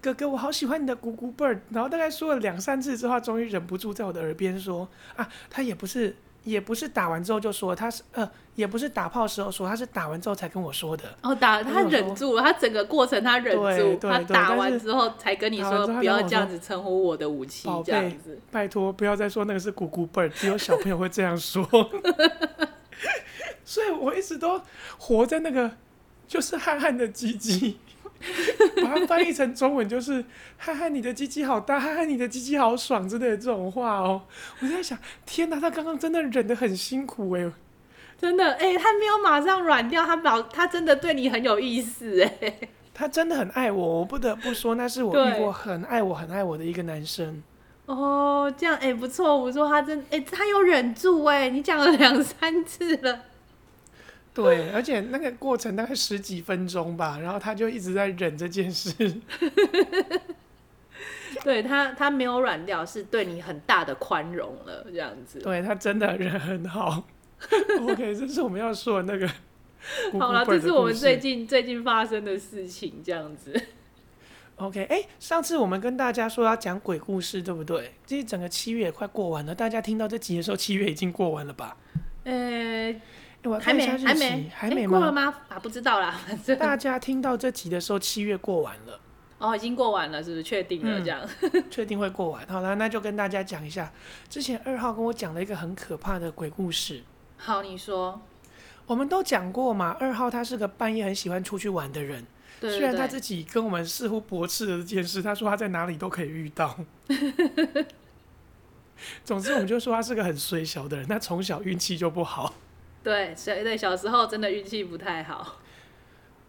Speaker 1: 哥哥，我好喜欢你的咕咕 bird。”然后大概说了两三次之后，他终于忍不住在我的耳边说：“啊，他也不是也不是打完之后就说，他是呃也不是打炮时候说，他是打完之后才跟我说的。”
Speaker 3: 哦打
Speaker 1: 跟
Speaker 3: 他
Speaker 1: 我
Speaker 3: 忍
Speaker 1: 说
Speaker 3: 住了，他整个过程他忍
Speaker 1: 对
Speaker 3: 住，
Speaker 1: 对
Speaker 3: 他
Speaker 1: 对
Speaker 3: 打
Speaker 1: 但
Speaker 3: 完
Speaker 1: 是
Speaker 3: 之后才跟你
Speaker 1: 打完
Speaker 3: 说
Speaker 1: 之后
Speaker 3: 不
Speaker 1: 他
Speaker 3: 要
Speaker 1: 跟我
Speaker 3: 这样
Speaker 1: 说
Speaker 3: 子称呼我的武器
Speaker 1: 宝
Speaker 3: 这
Speaker 1: 贝
Speaker 3: 样子，
Speaker 1: 拜托不要再说那个是咕咕贝儿，只有小朋友会这样说。 所以我一直都活在那个就是汉汉的鸡鸡，把它翻译成中文就是“汉汉你的鸡鸡好大，汉汉你的鸡鸡好爽”之类的这种话哦。我在想，天哪，他刚刚真的忍得很辛苦哎、
Speaker 3: 真的哎、他没有马上软掉，他老他真的对你很有意思哎、
Speaker 1: 他真的很爱我，我不得不说，那是我
Speaker 3: 对
Speaker 1: 遇过很爱我、很爱我的一个男生。
Speaker 3: 哦，这样哎、不错不错，他真哎、他有忍住哎、你讲了两三次了，
Speaker 1: 对，而且那个过程大概十几分钟吧，然后他就一直在忍这件事。
Speaker 3: 对他他没有软掉，是对你很大的宽容了这样子。
Speaker 1: 对他真的人很好。OK，这是我们要说的那个古古本的故事。
Speaker 3: 好了，这是我们最近最近发生的事情，这样 子。
Speaker 1: OK。哎、上次我们跟大家说要讲鬼故事，对不对？这整个七月也快过完了，大家听到这集的时候，七月已经过完了吧？
Speaker 3: 呃、
Speaker 1: 哎、我要
Speaker 3: 还
Speaker 1: 看一
Speaker 3: 没
Speaker 1: 下日期，
Speaker 3: 还没
Speaker 1: 还
Speaker 3: 哎
Speaker 1: 没
Speaker 3: 过了
Speaker 1: 吗？
Speaker 3: 吗？啊，不知 道啦，反正
Speaker 1: 大家听到这集的时候，七月过完了。
Speaker 3: 哦，已经过完了，是不是？确定了
Speaker 1: 嗯
Speaker 3: 这样？
Speaker 1: 确定会过完。好了，那就跟大家讲一下，之前二号跟我讲了一个很可怕的鬼故事。
Speaker 3: 好，你说。
Speaker 1: 我们都讲过嘛，二号他是个半夜很喜欢出去玩的人，
Speaker 3: 对对
Speaker 1: 虽然啊他
Speaker 3: 对
Speaker 1: 自己跟我们似乎驳斥了这件事，他说他在哪里都可以遇到。 总之，我们就说他是个很衰小的人，他从小运气就不好。
Speaker 3: 对，小对小时候真的运气不太好。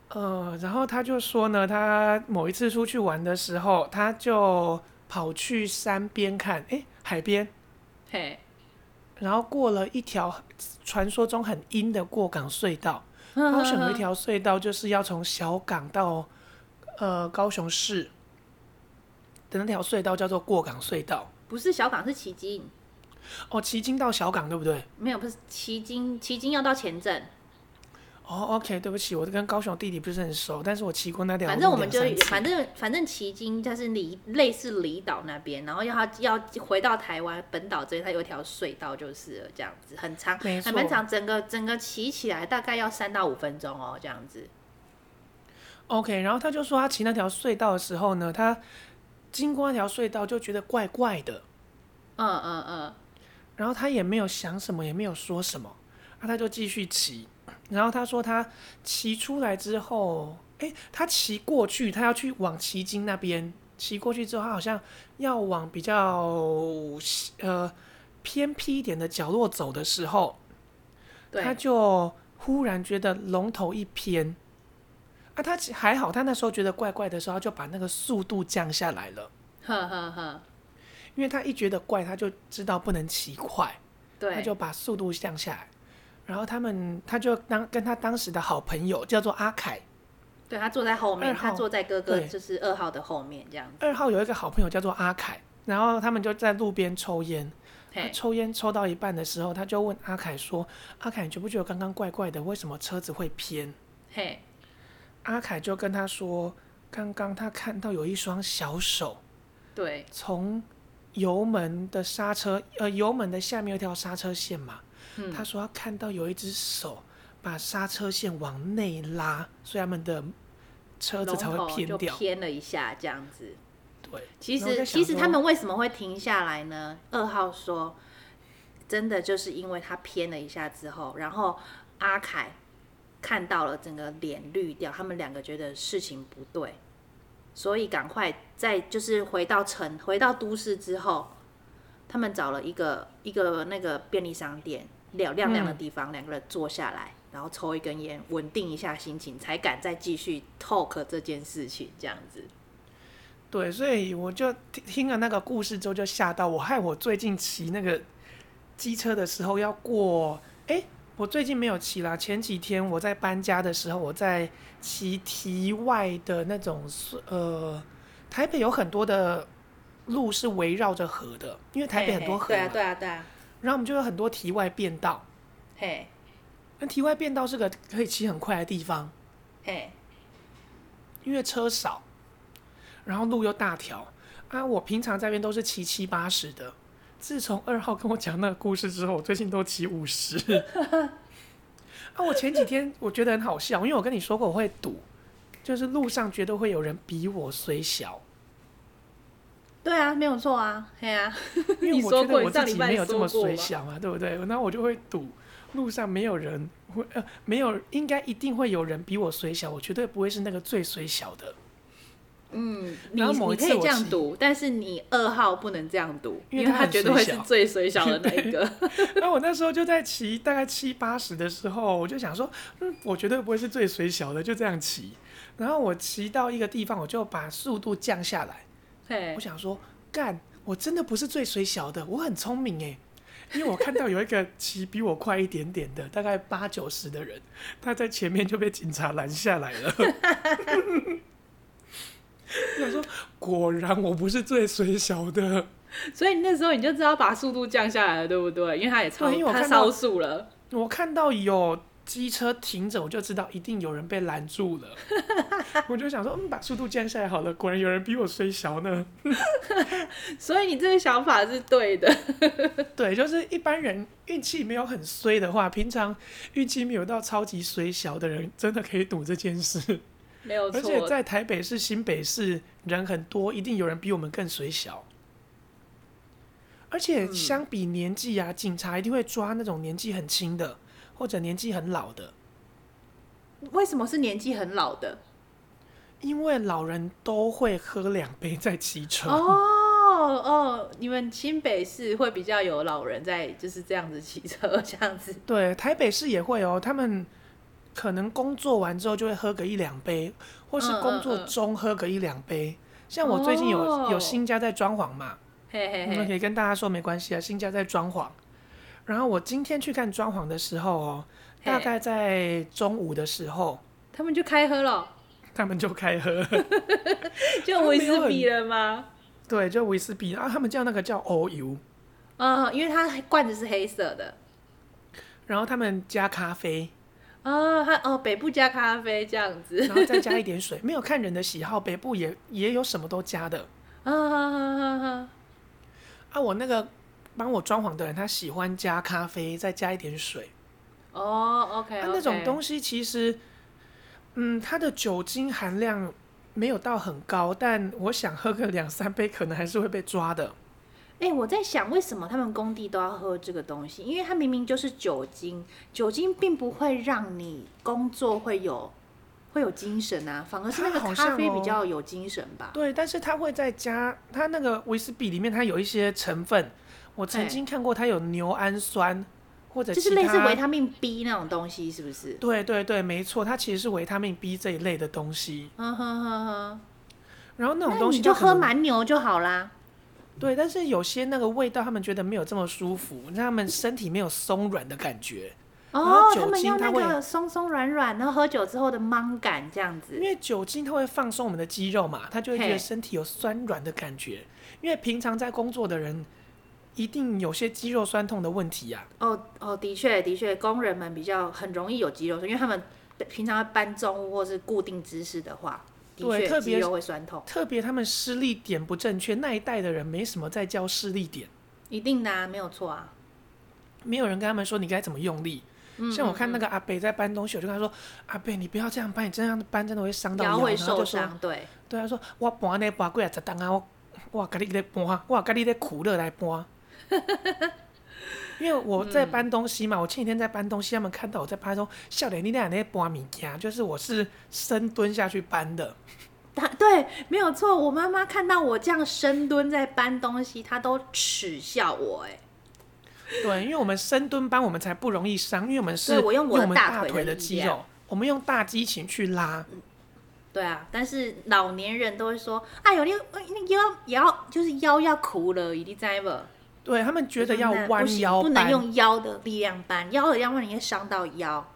Speaker 1: 呃，然后他就说呢，他某一次出去玩的时候，他就跑去山边看，诶，海边，
Speaker 3: 嘿，
Speaker 1: 然后过了一条传说中很阴的过港隧道。
Speaker 3: 嗯
Speaker 1: 高雄有一条隧道，就是要从小港到呃高雄市的那条隧道叫做过港隧道。
Speaker 3: 不是小港是旗津，
Speaker 1: 哦，旗津到小港对不对？
Speaker 3: 没有不是旗津，旗津要到前镇，
Speaker 1: 哦，OK，对不起，我跟高雄地理不是很熟，但是我骑过那条路
Speaker 3: 反正我们就
Speaker 1: 两三次
Speaker 3: 反正反正旗津就是离类似离岛那边，然后要他要回到台湾本岛这边，它有一条隧道就是了这样子，很长，
Speaker 1: 没错
Speaker 3: 还蛮长，整个整个骑起来大概要三到五分钟哦，这样子。
Speaker 1: OK，然后他就说他骑那条隧道的时候呢，他经过那条隧道就觉得怪怪的，
Speaker 3: 嗯嗯嗯，
Speaker 1: 然后他也没有想什么，也没有说什么，啊，他就继续骑。然后他说他骑出来之后，诶，他骑过去，他要去往旗津那边。骑过去之后，他好像要往比较呃偏僻一点的角落走的时候，
Speaker 3: 对，
Speaker 1: 他就忽然觉得龙头一偏，啊，他其还好，他那时候觉得怪怪的时候，他就把那个速度降下来了，
Speaker 3: 呵呵呵，
Speaker 1: 因为他一觉得怪，他就知道不能骑快，他
Speaker 3: 对，
Speaker 1: 就把速度降下来。然后他们，他就当跟他当时的好朋友叫做阿凯，
Speaker 3: 对他坐在后面，
Speaker 1: 二号
Speaker 3: 他坐在哥哥
Speaker 1: 对
Speaker 3: 就是二号的后面这样子。
Speaker 1: 二号有一个好朋友叫做阿凯，然后他们就在路边抽烟。他
Speaker 3: 嘿，
Speaker 1: 抽烟抽到一半的时候，他就问阿凯说：“阿凯，你觉不觉得刚刚怪怪的？为什么车子会偏？”
Speaker 3: 嘿，
Speaker 1: 阿凯就跟他说，刚刚他看到有一双小手
Speaker 3: 对，
Speaker 1: 从油门的刹车，呃，油门的下面有一条刹车线嘛。
Speaker 3: 嗯
Speaker 1: 他说他看到有一只手把刹车线往内拉，所以他们的车子
Speaker 3: 龙
Speaker 1: 才会
Speaker 3: 头
Speaker 1: 偏
Speaker 3: 就
Speaker 1: 掉。
Speaker 3: 偏了一下这样子。
Speaker 1: 对，
Speaker 3: 其
Speaker 1: 然后我
Speaker 3: 实
Speaker 1: 在
Speaker 3: 其
Speaker 1: 想
Speaker 3: 实
Speaker 1: 说
Speaker 3: 他们为什么会停下来呢？二号说，真的就是因为他偏了一下之后，然后阿凯看到了整个脸绿掉，他们两个觉得事情不对，所以赶快在就是回到城回到都市之后，他们找了一个一个那个便利商店亮亮亮的地方，两、个人坐下来。然后抽一根烟，稳定一下心情，才敢再继续 talk 这件事情，这样子。
Speaker 1: 对，所以我就听听了那个故事之后就吓到我，害我最近骑那个机车的时候要过，哎，我最近没有骑啦。前几天我在搬家的时候，我在骑堤外的那种呃，台北有很多的路是围绕着河的，因为台北很多河
Speaker 3: 嘿嘿对啊，
Speaker 1: 嘛
Speaker 3: 对啊，对啊，
Speaker 1: 然后我们就有很多堤外变道。
Speaker 3: 嘿，
Speaker 1: 那堤外变道是个可以骑很快的地方，
Speaker 3: 嘿，
Speaker 1: 因为车少，然后路又大条啊。我平常在那边都是骑七八十的，自从二号跟我讲那个故事之后，我最近都骑五十。 啊，我前几天 我觉得很好笑，因为我跟你说过我会赌，就是路上绝对会有人比我虽 小，
Speaker 3: 对啊，没有错啊，嘿啊，
Speaker 1: 因为
Speaker 3: 你
Speaker 1: 我
Speaker 3: 说
Speaker 1: 觉得
Speaker 3: 过
Speaker 1: 我
Speaker 3: 你上
Speaker 1: 自己
Speaker 3: 礼拜
Speaker 1: 没有这
Speaker 3: 说
Speaker 1: 么
Speaker 3: 过
Speaker 1: 虽
Speaker 3: 吧
Speaker 1: 小啊嘛，对不对？那我就会赌路上没有人会呃没有应该一定会有人比我虽小，我绝对不会是那个最虽小的。
Speaker 3: 嗯，你
Speaker 1: 然后某
Speaker 3: 你
Speaker 1: 一
Speaker 3: 可
Speaker 1: 次
Speaker 3: 以
Speaker 1: 我
Speaker 3: 这样
Speaker 1: 骑
Speaker 3: 读，但是你二号不能这样读，
Speaker 1: 因
Speaker 3: 因
Speaker 1: 为
Speaker 3: 为
Speaker 1: 他
Speaker 3: 他
Speaker 1: 很
Speaker 3: 绝对会
Speaker 1: 水
Speaker 3: 是
Speaker 1: 小
Speaker 3: 最水小的那一个。
Speaker 1: 那我那时候就在骑大概七八十的时候，我就想说，嗯，我绝对不会是最水小的，就这样骑。然后我骑到一个地方，我就把速度降下来。
Speaker 3: 嘿
Speaker 1: 我，想说，干，我真的不是最水小的，我很聪明诶。因为我看到有一个骑比我快一点点的，大概八九十的人，他在前面就被警察拦下来了。 我想说，果然我不是最水小的。
Speaker 3: 所以那时候你就知道把速度降下来了，对不对？因为他也超
Speaker 1: 对因为我
Speaker 3: 他
Speaker 1: 看到
Speaker 3: 超速了，
Speaker 1: 我看到有机车停着，我就知道一定有人被拦住 了。我就想说，嗯，把速度降下来好了。果然有人比我虽小 呢。
Speaker 3: 所以你这个想法是对的。
Speaker 1: 对，就是一般人运气没有很衰的话，平常运气没有到超级虽小的人，真的可以赌这件事。
Speaker 3: 没有
Speaker 1: 而且
Speaker 3: 错，
Speaker 1: 在台北市、新北市人很多，一定有人比我们更虽小。而
Speaker 3: 嗯
Speaker 1: 且相比年纪啊，警察一定会抓那种年纪很轻的，或者年纪很老的。
Speaker 3: 为什么是年纪很老的？
Speaker 1: 因为老人都会喝两杯再骑车。
Speaker 3: 哦哦，你们新北市会比较有老人在就是这样子骑车，这样子。
Speaker 1: 对，台北市也会哦，他们可能工作完之后就会喝个一两杯，或是
Speaker 3: 嗯
Speaker 1: 工作
Speaker 3: 嗯嗯
Speaker 1: 中喝个一两杯。像我最近有、
Speaker 3: 哦
Speaker 1: 有新家在装潢嘛，
Speaker 3: 嘿嘿
Speaker 1: 你们可
Speaker 3: 嘿，
Speaker 1: 以跟大家说没关系啊，新家在装潢。然后我今天去看装潢的时候哦，
Speaker 3: 嘿
Speaker 1: 大概在中午的时候，
Speaker 3: 他们就开喝了，
Speaker 1: 他们就开喝了。
Speaker 3: 就
Speaker 1: 他们
Speaker 3: 威
Speaker 1: 没有
Speaker 3: 士
Speaker 1: 很
Speaker 3: 忌了吗？
Speaker 1: 对，就威士忌，然后他们叫那个叫欧油，啊
Speaker 3: 嗯，因为它罐子是黑色的，
Speaker 1: 然后他们加咖啡，
Speaker 3: 哦，它哦北部加咖啡这样子，
Speaker 1: 然后再加一点水，没有看人的喜好，北部也也有什么都加的。
Speaker 3: 啊哈哈哈哈，
Speaker 1: 啊，我那个帮我装潢的人，他喜欢加咖啡，再加一点水。
Speaker 3: 哦，OK，
Speaker 1: 啊，那种东
Speaker 3: 西，
Speaker 1: 西其实，嗯，它的酒精含量没有到很高，但我想喝个两三杯，可能还是会被抓的。
Speaker 3: 哎、我在想为什么他们工地都要喝这个东西，因为它明明就是酒精，酒精并不会让你工作会有会有精神啊，反而是那个
Speaker 1: 它好像
Speaker 3: 咖啡比
Speaker 1: 哦
Speaker 3: 较有精神吧。
Speaker 1: 对，但是它会再加它那个威士忌里面，它有一些成分，我曾
Speaker 3: 对
Speaker 1: 经看过它有牛氨酸或者
Speaker 3: 就是
Speaker 1: 其
Speaker 3: 类似
Speaker 1: 他
Speaker 3: 维他命 B 那种东西，是不是？
Speaker 1: 对对对，没错，它其实是维他命 B 这一类的东西。
Speaker 3: 嗯哼哼哼，
Speaker 1: 然后那种
Speaker 3: 那
Speaker 1: 东
Speaker 3: 你
Speaker 1: 西
Speaker 3: 就
Speaker 1: 它可
Speaker 3: 喝
Speaker 1: 能
Speaker 3: 蛮牛就好啦。
Speaker 1: 对，但是有些那个味道，他们觉得没有这么舒服，让他们身体没有松软的感觉。然
Speaker 3: 哦
Speaker 1: 后，酒
Speaker 3: 他们
Speaker 1: 精
Speaker 3: 要
Speaker 1: 它
Speaker 3: 那
Speaker 1: 会
Speaker 3: 个松松软软，然后喝酒之后的懵感这样
Speaker 1: 因
Speaker 3: 子。
Speaker 1: 为酒精它会放松我们的肌肉嘛，它就会觉
Speaker 3: 嗯嘿
Speaker 1: 得身体有酸软的感觉。因为平常在工作的人，一定有些肌肉酸痛的问题啊呀、
Speaker 3: 哦哦，的确的确，工人们比较很容易有肌肉酸，因为他们平常要搬重物或是固定姿势的话，的
Speaker 1: 对
Speaker 3: 确
Speaker 1: 特
Speaker 3: 肌
Speaker 1: 别
Speaker 3: 肉会酸痛，
Speaker 1: 特别他们施力点不正确，那一代的人没什么在教施力点，
Speaker 3: 一定的、啊，没有错啊。
Speaker 1: 没有人跟他们说你该怎么用力。
Speaker 3: 嗯
Speaker 1: 像我看那个阿北在搬东西，我就跟他说：“阿北，你不要这样搬，你这样搬真的会伤到
Speaker 3: 腰
Speaker 1: 腰。”
Speaker 3: 会
Speaker 1: 然后
Speaker 3: 受
Speaker 1: 就说
Speaker 3: 伤，对，：“
Speaker 1: 对啊，说我搬呢搬过来十档啊，我我跟你在搬，我跟你在苦乐来搬。” 因为我在搬东西
Speaker 3: 嗯
Speaker 1: 嘛，我前几天在搬东西，他们看到我在搬，说：“笑脸，你俩在搬物件，就是我是深蹲下去搬的。
Speaker 3: 他对，没有错。我妈妈看到我这样深蹲在搬东西，她都耻笑我、哎，”
Speaker 1: 对，因为我们深蹲搬，我们才不容易伤，因为我们是
Speaker 3: 对我用我的
Speaker 1: 们
Speaker 3: 大
Speaker 1: 大
Speaker 3: 腿的
Speaker 1: 腿的
Speaker 3: 力
Speaker 1: 肌
Speaker 3: 量
Speaker 1: 肉，我们用大肌群去拉。
Speaker 3: 对啊，但是老年人都会说：“哎呦，你你腰也要就是腰要苦了，一定在不？”
Speaker 1: 对他们觉得要
Speaker 3: 我说嗯那不
Speaker 1: 弯
Speaker 3: 行
Speaker 1: 腰
Speaker 3: 不能
Speaker 1: 搬，
Speaker 3: 用腰的力量搬，腰的力量搬你会伤到腰。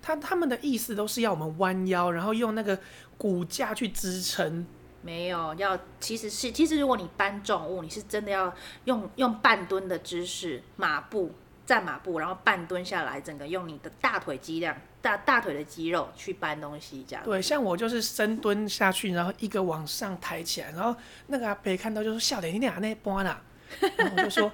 Speaker 1: 他他们的意思都是要我们弯腰，然后用那个骨架去支撑。
Speaker 3: 没有，要其实是其实如果你搬重物，你是真的要用用半蹲的姿势，马步站马步，然后半蹲下来，整个用你的大腿肌量大大腿的肌肉去搬东西，这样
Speaker 1: 对，像我就是深蹲下去，然后一个往上抬起来，然后那个阿北看到就说：“笑脸，你俩那搬啦。”然后我就说：“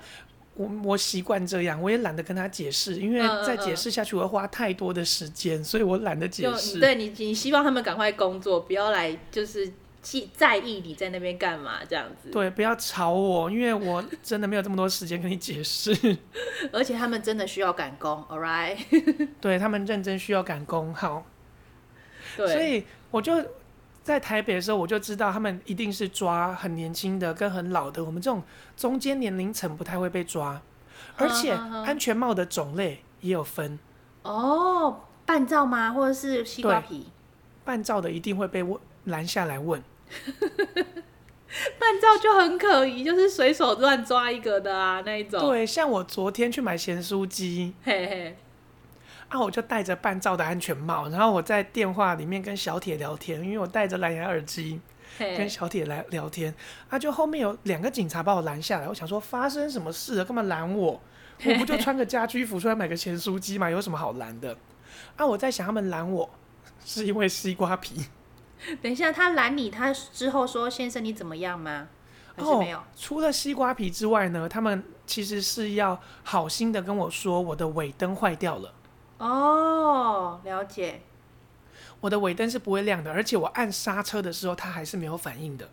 Speaker 1: 我我习惯这样，我也懒得跟他解释，因为
Speaker 3: 嗯嗯
Speaker 1: 再
Speaker 3: 嗯
Speaker 1: 解释下去我会花太多的时间，所以我懒得解
Speaker 3: 就
Speaker 1: 释。”
Speaker 3: 对你你希望他们赶快工作，不要来就是记在意你在那边干嘛这样子。
Speaker 1: 对，不要吵我，因为我真的没有这么多时间跟你解释。
Speaker 3: 而且他们真的需要赶工，all right？
Speaker 1: 对他们认真需要赶工，好，
Speaker 3: 对，
Speaker 1: 所以我就在台北的时候，我就知道他们一定是抓很年轻的跟很老的，我们这种中间年龄层不太会被抓，而且
Speaker 3: 哼哼
Speaker 1: 安全帽的种类也有分，
Speaker 3: 哦，半罩吗？或者是西瓜
Speaker 1: 对
Speaker 3: 皮？
Speaker 1: 半罩的一定会被问拦下来问。
Speaker 3: 半罩就很可疑，就是随手乱抓一个的啊那一种。，
Speaker 1: 对，像我昨天去买咸酥鸡
Speaker 3: 嘿嘿，
Speaker 1: 啊，我就戴着半罩的安全帽，然后我在电话里面跟小铁聊天，因为我戴着蓝牙耳机。跟
Speaker 3: 嘿，
Speaker 1: 小铁来聊天，啊，就后面有两个警察把我拦下来，我想说发生什么事了，干嘛拦我？我 不就穿个家居服出来买个咸酥鸡嘛，有什么好拦的？啊，我在想他们拦我是因为西瓜皮，
Speaker 3: 等一下，他拦你，他之后说先生你怎么样吗？还是没有？
Speaker 1: 哦。除了西瓜皮之外呢，他们其实是要好心的跟我说我的尾灯坏掉了，
Speaker 3: 哦，了解。
Speaker 1: 我的尾灯是不会亮的，而且我按刹车的时候它还是没有反应的。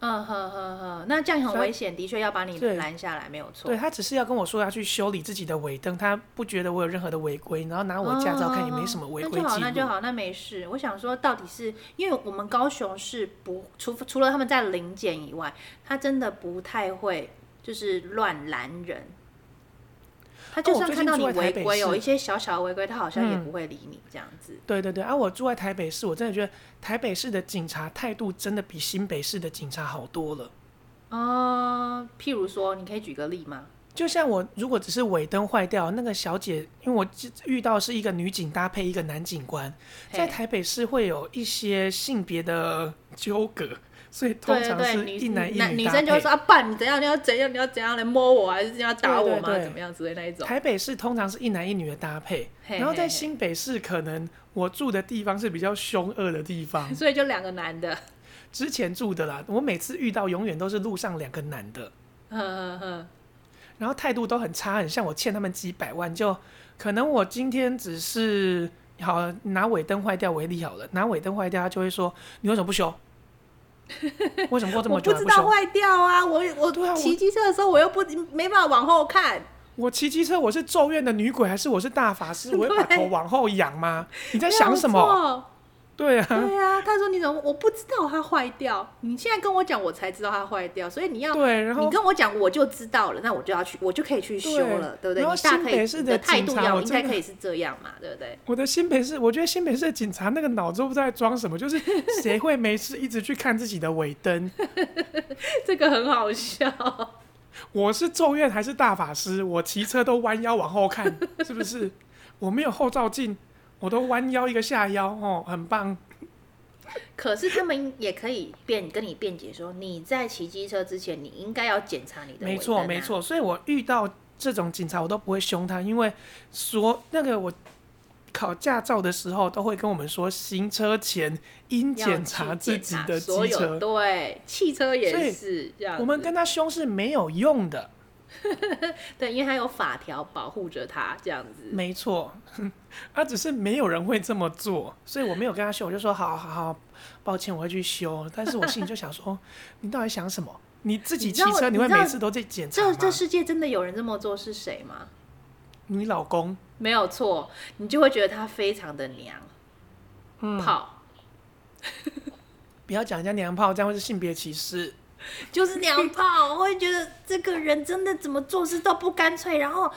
Speaker 3: 嗯哼哼哼，那这样很
Speaker 1: 所以
Speaker 3: 危险，的确要把你
Speaker 1: 对
Speaker 3: 拦下来，没有错
Speaker 1: 对。他只是要跟我说要去修理自己的尾灯，他不觉得我有任何的违规，然后拿我驾照看也没什么违规
Speaker 3: 哦那就好，
Speaker 1: 记
Speaker 3: 那
Speaker 1: 录
Speaker 3: 就。好，那没事。我想说，到底是因为我们高雄市不除除了他们在临检以外，他真的不太会就是乱拦人。他就
Speaker 1: 哦我
Speaker 3: 算
Speaker 1: 最
Speaker 3: 看
Speaker 1: 哦近
Speaker 3: 到你
Speaker 1: 住在
Speaker 3: 违
Speaker 1: 台北
Speaker 3: 规，有
Speaker 1: 市
Speaker 3: 一些小小的违规，他好像也
Speaker 1: 嗯
Speaker 3: 不会理你这样子。
Speaker 1: 对对对，啊，我住在台北市，我真的觉得台北市的警察态度真的比新北市的警察好多了。嗯
Speaker 3: 哦、譬如说，你可以举个例吗？
Speaker 1: 就像我如果只是尾灯坏掉，那个小姐，因为我记遇到是一个女警搭配一个男警官，在
Speaker 3: 嘿
Speaker 1: 台北市会有一些性别的纠葛，所以通
Speaker 3: 对对
Speaker 1: 常
Speaker 3: 对，
Speaker 1: 是
Speaker 3: 女
Speaker 1: 一男一
Speaker 3: 男女
Speaker 1: 搭
Speaker 3: 生就会
Speaker 1: 配
Speaker 3: 说啊，爸，你怎样？你要怎样？你要怎样来摸我啊？还是要打我吗？
Speaker 1: 对对对
Speaker 3: 怎么样之类那一种？
Speaker 1: 台北市通常是一男一女的搭配，
Speaker 3: 嘿
Speaker 1: 然后
Speaker 3: 嘿嘿，
Speaker 1: 在新北市可能我住的地方是比较凶恶的地方
Speaker 3: 所以就两个男的，
Speaker 1: 之前住的啦，我每次遇到永远都是路上两个男的，
Speaker 3: 呵呵呵，
Speaker 1: 然后态度都很差，很像我欠他们几百万，就可能我今天只是好拿尾灯坏掉为例好了，拿尾灯坏掉，他就会说你为什么不 修？为什么过这
Speaker 3: 我
Speaker 1: 么久
Speaker 3: 不
Speaker 1: 还
Speaker 3: 知
Speaker 1: 不
Speaker 3: 道
Speaker 1: 修？
Speaker 3: 坏掉啊，我
Speaker 1: 对啊我
Speaker 3: 我骑机车的时候我又不没办法往后看，
Speaker 1: 我骑机车，我是咒怨的女鬼还是我是大法师？我会把头往后仰吗？你在
Speaker 3: 没有
Speaker 1: 想什么？
Speaker 3: 错？
Speaker 1: 对啊，
Speaker 3: 对啊，他说你怎么我不知道它坏掉，你现在跟我讲我才知道它坏掉，所以你要
Speaker 1: 对，然
Speaker 3: 你
Speaker 1: 后
Speaker 3: 跟我讲我就知道了，那我就要去，我就可以去修了，对
Speaker 1: 对
Speaker 3: 不对？
Speaker 1: 然后
Speaker 3: 你大可
Speaker 1: 新
Speaker 3: 以
Speaker 1: 北市
Speaker 3: 你
Speaker 1: 的
Speaker 3: 态
Speaker 1: 警
Speaker 3: 度
Speaker 1: 察
Speaker 3: 要
Speaker 1: 我
Speaker 3: 应
Speaker 1: 真
Speaker 3: 该
Speaker 1: 的
Speaker 3: 可以是这样嘛，对不对？
Speaker 1: 我的新北市，我觉得新北市的警察那个脑子都不知道在装什么，就是谁会没事一直去看自己的尾灯？
Speaker 3: 这个很好笑，
Speaker 1: 我是咒怨还是大法师？我骑车都弯腰往后看，是不是？我没有后照镜，我都弯腰一个下腰，哦，很棒。
Speaker 3: 可是他们也可以辩跟你辩解说，你在骑机车之前，你应该要检查你的、啊
Speaker 1: 没错，没。错。所以我遇到这种警察，我都不会凶他，因为说那个我考驾照的时候，都会跟我们说，行车前应
Speaker 3: 要
Speaker 1: 检查自
Speaker 3: 去检
Speaker 1: 己
Speaker 3: 查
Speaker 1: 的
Speaker 3: 所
Speaker 1: 机
Speaker 3: 有
Speaker 1: 车。
Speaker 3: 对汽车
Speaker 1: 所
Speaker 3: 也
Speaker 1: 以
Speaker 3: 是这样子。
Speaker 1: 我们跟他凶是没有用的，
Speaker 3: 对，因为它有法条保护着它，这样子。
Speaker 1: 没错。 他、只是没有人会这么做，所以我没有跟他凶，我就说好好好，抱歉，我会去修。但是我心里就想说， 你到底想什么？你自己
Speaker 3: 你
Speaker 1: 骑
Speaker 3: 知道
Speaker 1: 车，
Speaker 3: 你
Speaker 1: 你会
Speaker 3: 知道
Speaker 1: 每次都在检查
Speaker 3: 这
Speaker 1: 吗？
Speaker 3: 这世界真的有人这么做是谁吗？
Speaker 1: 你老公，
Speaker 3: 没有错，你就会觉得他非常的娘
Speaker 1: 嗯，
Speaker 3: 炮，
Speaker 1: 不要讲人家娘炮，这样会是性别歧视。
Speaker 3: 就是娘炮。我会觉得这个人真的怎么做事都不干脆。然后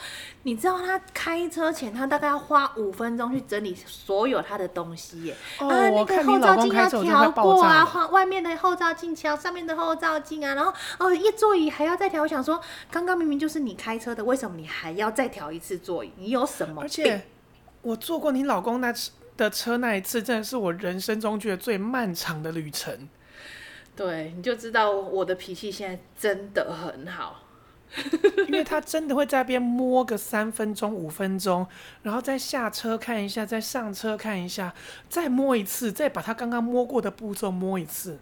Speaker 3: 你知道他开车前，他大概要花五分钟去整理所有他的东西耶。
Speaker 1: 哦，
Speaker 3: 啊，那
Speaker 1: 我
Speaker 3: 个
Speaker 1: 看
Speaker 3: 后
Speaker 1: 你
Speaker 3: 照
Speaker 1: 老公
Speaker 3: 镜
Speaker 1: 开
Speaker 3: 要
Speaker 1: 车，我真的快
Speaker 3: 调
Speaker 1: 爆
Speaker 3: 过
Speaker 1: 炸
Speaker 3: 啊，
Speaker 1: 了。
Speaker 3: 换外面的后照镜调，上面的后照镜啊，然后哦，一座椅还要再调。我想说，刚刚明明就是你开车的，为什么你还要再调一次座椅？你有什么
Speaker 1: 而
Speaker 3: 病？
Speaker 1: 且我坐过你老公那次的车那一次，真的是我人生中觉得最漫长的旅程。
Speaker 3: 对，你就知道我的脾气现在真的很好。
Speaker 1: 因为他真的会在那边摸个三分钟、五分钟，然后再下车看一下，再上车看一下，再摸一次，再把他刚刚摸过的步骤摸一次。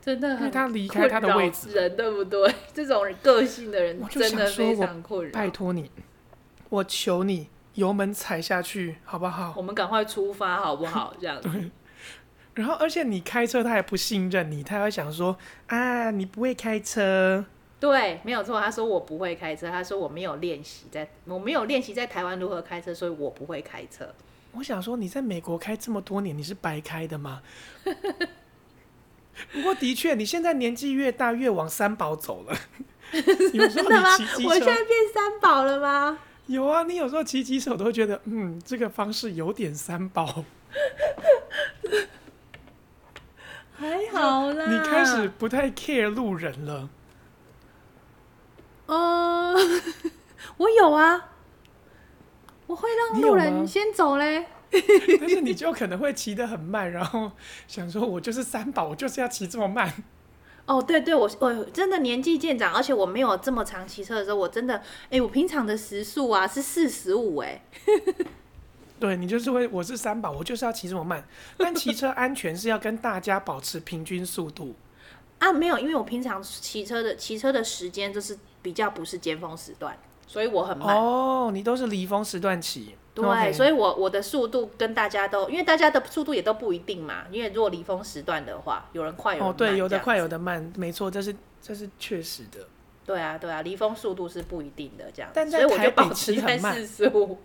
Speaker 3: 真的
Speaker 1: 因为
Speaker 3: 很
Speaker 1: 他离开他的
Speaker 3: 嗯困扰
Speaker 1: 位置
Speaker 3: 人对不对？ 这种个性的人
Speaker 1: 我就
Speaker 3: 真
Speaker 1: 想
Speaker 3: 的
Speaker 1: 说
Speaker 3: 非
Speaker 1: 我
Speaker 3: 常困
Speaker 1: 拜
Speaker 3: 扰。
Speaker 1: 托你，我求你，油门踩下去好不好？
Speaker 3: 我们赶快出发好不好？这样子，
Speaker 1: 然后，而且你开车，他还不信任你，他还会想说啊，你不会开车，
Speaker 3: 对，没有错。他说我不会开车，他说我没有练习在，我没有练习在台湾如何开车，所以我不会开车。
Speaker 1: 我想说，你在美国开这么多年，你是白开的吗？ 不过的确，你现在年纪越大，越往三宝走 了。有时
Speaker 3: 真
Speaker 1: 候
Speaker 3: 的吗
Speaker 1: 你骑？机
Speaker 3: 我现
Speaker 1: 车，
Speaker 3: 在变三宝了吗？
Speaker 1: 有啊，你有时候骑机车，我都会觉得，嗯，这个方式有点三宝。
Speaker 3: 还好啦。
Speaker 1: 你开始不太 care 路人了，
Speaker 3: 呃，我有啊，我会让
Speaker 1: 你
Speaker 3: 路
Speaker 1: 有吗
Speaker 3: 人先走嘞。
Speaker 1: 但是你就可能会骑得很慢，然后想说，我就是三宝，我就是要骑这么慢。
Speaker 3: 哦，对对，我我真的年纪渐长，而且我没有这么长骑车的时候，我真的，哎，我平常的时速啊是四十五，哎，
Speaker 1: 对你就是会，我是三宝，我就是要骑这么慢。但骑车安全是要跟大家保持平均速度。
Speaker 3: 啊没有，因为我平常骑车的骑车的时间就是比较不是尖峰时段，所以我很慢。
Speaker 1: 哦，你都是离峰时段骑，
Speaker 3: 对
Speaker 1: OK
Speaker 3: 所以我我的速度跟大家都，因为大家的速度也都不一定嘛，因为如果离峰时段的话，有人快，有人慢、
Speaker 1: 哦，对，有
Speaker 3: 这
Speaker 1: 的
Speaker 3: 样
Speaker 1: 快，
Speaker 3: 子
Speaker 1: 有的慢，没错，这是这是确实 的。
Speaker 3: 对啊，对啊，离峰速度是不一定的这样子，
Speaker 1: 但
Speaker 3: 所
Speaker 1: 在
Speaker 3: 以我
Speaker 1: 台
Speaker 3: 就
Speaker 1: 北
Speaker 3: 保持
Speaker 1: 骑
Speaker 3: 在
Speaker 1: 很慢
Speaker 3: 四十五。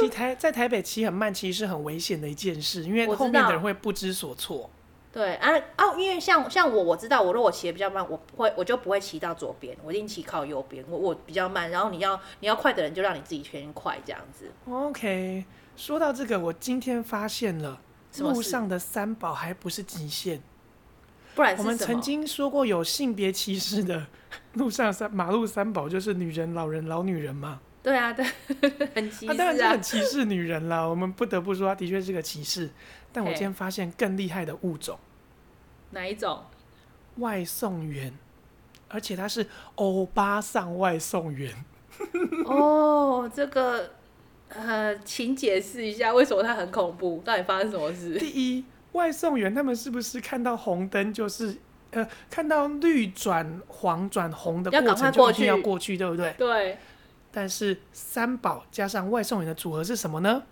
Speaker 1: 骑台在台北骑很慢，其实是很危险的一件事，因为
Speaker 3: 我知
Speaker 1: 后面
Speaker 3: 道
Speaker 1: 的人会不知所措。
Speaker 3: 对啊啊，因为像像我我知道，我如果骑的比较慢，我不会我就不会骑到左边，我一定骑靠右边。我我比较慢，然后你要你要快的人就让你自己先快这样子。
Speaker 1: OK，说到这个，我今天发现了
Speaker 3: 什么
Speaker 1: 路
Speaker 3: 事
Speaker 1: 上的三宝还不是极限。
Speaker 3: 不哎然是
Speaker 1: 我们
Speaker 3: 什么
Speaker 1: 曾经说过有性别歧视的 路上三马路三宝就是女人、老人、老女人嘛。
Speaker 3: 对啊对， 很歧
Speaker 1: 他
Speaker 3: 视
Speaker 1: 当然是
Speaker 3: 啊
Speaker 1: 很。歧视女人啦，我们不得不说，他的确是个歧视。但我
Speaker 3: 嘿
Speaker 1: 今天发现更厉害的物种，
Speaker 3: 啊哪一种？
Speaker 1: 外送员，而且他是欧巴桑外送员。
Speaker 3: 哦，这个呃，请解释一下为什么它很恐怖，到底发生什么事？
Speaker 1: 第一，外送员他们是不是看到红灯就是呃看到绿转黄转红的
Speaker 3: 要
Speaker 1: 过
Speaker 3: 赶快
Speaker 1: 程就
Speaker 3: 过
Speaker 1: 一定要
Speaker 3: 去
Speaker 1: 过去，对不对？
Speaker 3: 对，
Speaker 1: 但是三宝加上外送员的组合是什么呢？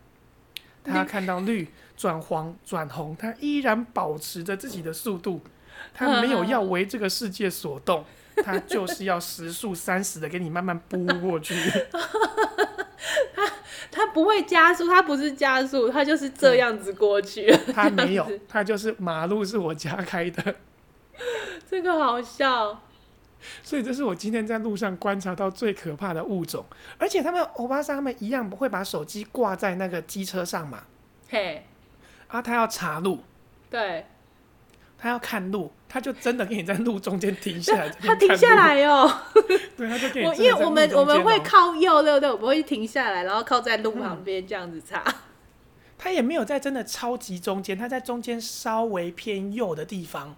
Speaker 1: 他看到绿转黄转红，他依然保持着自己的速度，他没有要为这个世界所动，他就是要时速三十的给你慢慢拨过去。
Speaker 3: 它不会加速，它不是加速，它就是
Speaker 1: 嗯
Speaker 3: 这样子过去。
Speaker 1: 他没有
Speaker 3: 这样子，
Speaker 1: 他就是马路是我家开的，
Speaker 3: 这个好笑，
Speaker 1: 所以这是我今天在路上观察到最可怕的物种。而且他们欧巴桑他们一样不会把手机挂在那个机车上嘛，
Speaker 3: 嘿，
Speaker 1: 啊，他要查路，
Speaker 3: 对，
Speaker 1: 他要看路，他就真的给你在路中间停下来。
Speaker 3: 它停下，来哦。
Speaker 1: 对，他就给你
Speaker 3: 我
Speaker 1: 真的
Speaker 3: 因为
Speaker 1: 在
Speaker 3: 我们
Speaker 1: 路中
Speaker 3: 我们
Speaker 1: 间
Speaker 3: 会
Speaker 1: 哦，嗯
Speaker 3: 靠右，对不对？我们会停下来，然后靠在路旁边这样子擦。
Speaker 1: 他也没有在真的超级中间，他在中间稍微偏右的地方，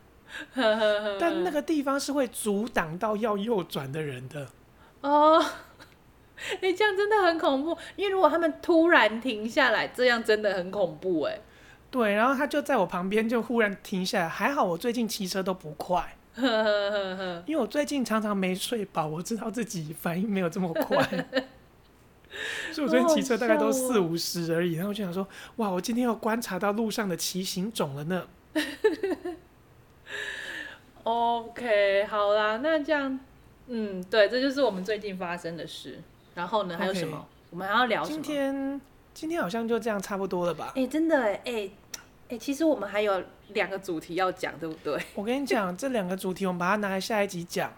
Speaker 3: 呵呵呵
Speaker 1: 但那个地方是会阻挡到要右转的人的。
Speaker 3: 哦， 哎、这样真的很恐怖。因为如果他们突然停下来，这样真的很恐怖 哎、
Speaker 1: 对，然后他就在我旁边，就忽然停下来。还好我最近骑车都不快，
Speaker 3: 呵呵呵呵，
Speaker 1: 因为我最近常常没睡饱，我知道自己反应没有这么 快，所以我最近骑车大概都
Speaker 3: 好好笑哦
Speaker 1: 四五十而已。然后我就想说，哇，我今天又观察到路上的骑行种了呢。
Speaker 3: OK，好啦，那这样，嗯，对，这就是我们最近发生的事。然后呢，还有
Speaker 1: OK
Speaker 3: 什么我们还要聊什
Speaker 1: 今
Speaker 3: 么？
Speaker 1: 天今天好像就这样差不多了吧？
Speaker 3: 哎、真的哎、哎、哎、其实我们还有两个主题要讲，对不对？
Speaker 1: 我跟你讲，这两个主题我们把它拿来下一集讲。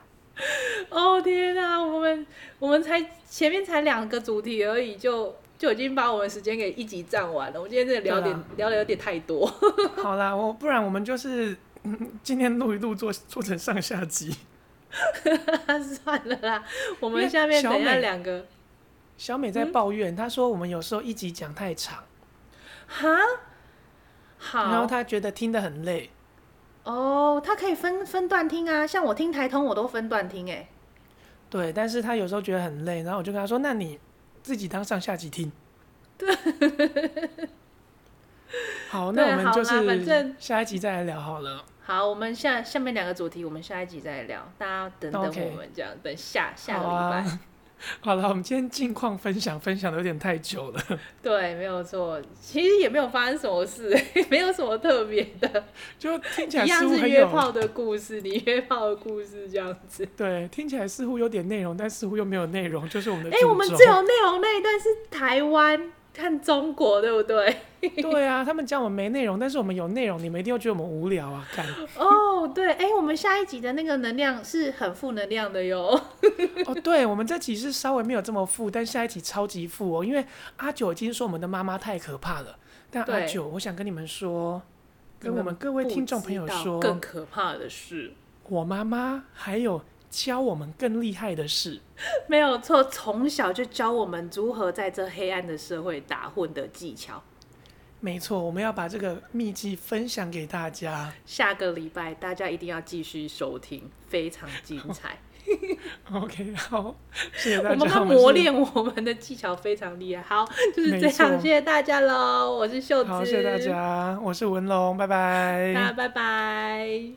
Speaker 3: 哦天啊，我们我们才前面才两个主题而已，就就已经把我们时间给一集占完了。我今天真的聊
Speaker 1: 对
Speaker 3: 点、
Speaker 1: 啊
Speaker 3: 聊的有点太多。
Speaker 1: 好啦，我不然我们就是、 嗯、今天录一录做做成上下集。
Speaker 3: 算了啦，我
Speaker 1: 因
Speaker 3: 们
Speaker 1: 为
Speaker 3: 下面
Speaker 1: 小
Speaker 3: 等一下
Speaker 1: 美
Speaker 3: 两个
Speaker 1: 小美
Speaker 3: 嗯
Speaker 1: 在抱怨，她说我们有时候一集讲太长，
Speaker 3: 哈。
Speaker 1: 然后
Speaker 3: 好
Speaker 1: 她觉得听得很累。
Speaker 3: 哦，它可以分分段听啊，像我听台通我都分段听哎、
Speaker 1: 对，但是她有时候觉得很累，然后我就跟她说：“那你自己当上下集听。”对。 好，那
Speaker 3: 对
Speaker 1: 我们就
Speaker 3: 好啦反
Speaker 1: 是
Speaker 3: 正
Speaker 1: 下一集再来聊好了。
Speaker 3: 好，我们下下面两个主题我们下一集再聊，大家等等
Speaker 1: OK
Speaker 3: 我们这样等下下个
Speaker 1: 好
Speaker 3: 礼
Speaker 1: 啊
Speaker 3: 拜。
Speaker 1: 好了，我们今天近况分享分享的有点太久了，
Speaker 3: 对，没有错，其实也没有发生什么事、 没有什么特别的。
Speaker 1: 就听起来
Speaker 3: 一
Speaker 1: 似
Speaker 3: 样
Speaker 1: 乎
Speaker 3: 是
Speaker 1: 很
Speaker 3: 约
Speaker 1: 有
Speaker 3: 炮的故事，你约炮的故事这样 子。
Speaker 1: 对，听起来似乎有点内容，但似乎又没有内容，就是我们的
Speaker 3: 哎、
Speaker 1: 主轴。
Speaker 3: 我们自由内容那一段是台湾和中国，对 不对？
Speaker 1: 对啊，他们讲我们没内容，但是我们有内容，你们一定又觉得我们无聊啊！干
Speaker 3: 哦、对，哎、我们下一集的那个能量是很负能量的哟。
Speaker 1: 哦，对我们这集是稍微没有这么富，但下一集超级富哦，因为阿九已经说我们的妈妈太可怕了，但阿
Speaker 3: 对
Speaker 1: 九，我想跟你们说，
Speaker 3: 你
Speaker 1: 跟我们各位
Speaker 3: 不
Speaker 1: 听众朋友
Speaker 3: 知道
Speaker 1: 说，
Speaker 3: 更可怕的是，
Speaker 1: 我妈妈还有教我们更厉害的事。
Speaker 3: 没有错，从小就教我们如何在这黑暗的社会打混的技巧。
Speaker 1: 没错，我们要把这个秘籍分享给大家。
Speaker 3: 下个礼拜大家一定要继续收听，非常精彩。
Speaker 1: OK，好，谢谢大
Speaker 3: 我们
Speaker 1: 家。
Speaker 3: 要
Speaker 1: 是
Speaker 3: 磨练我们的技巧非常厉害。好，就是这
Speaker 1: 没错
Speaker 3: 样，谢谢大家喽，我是秀芝，
Speaker 1: 好，谢谢大，家，我是文龙，拜
Speaker 3: 大家拜拜。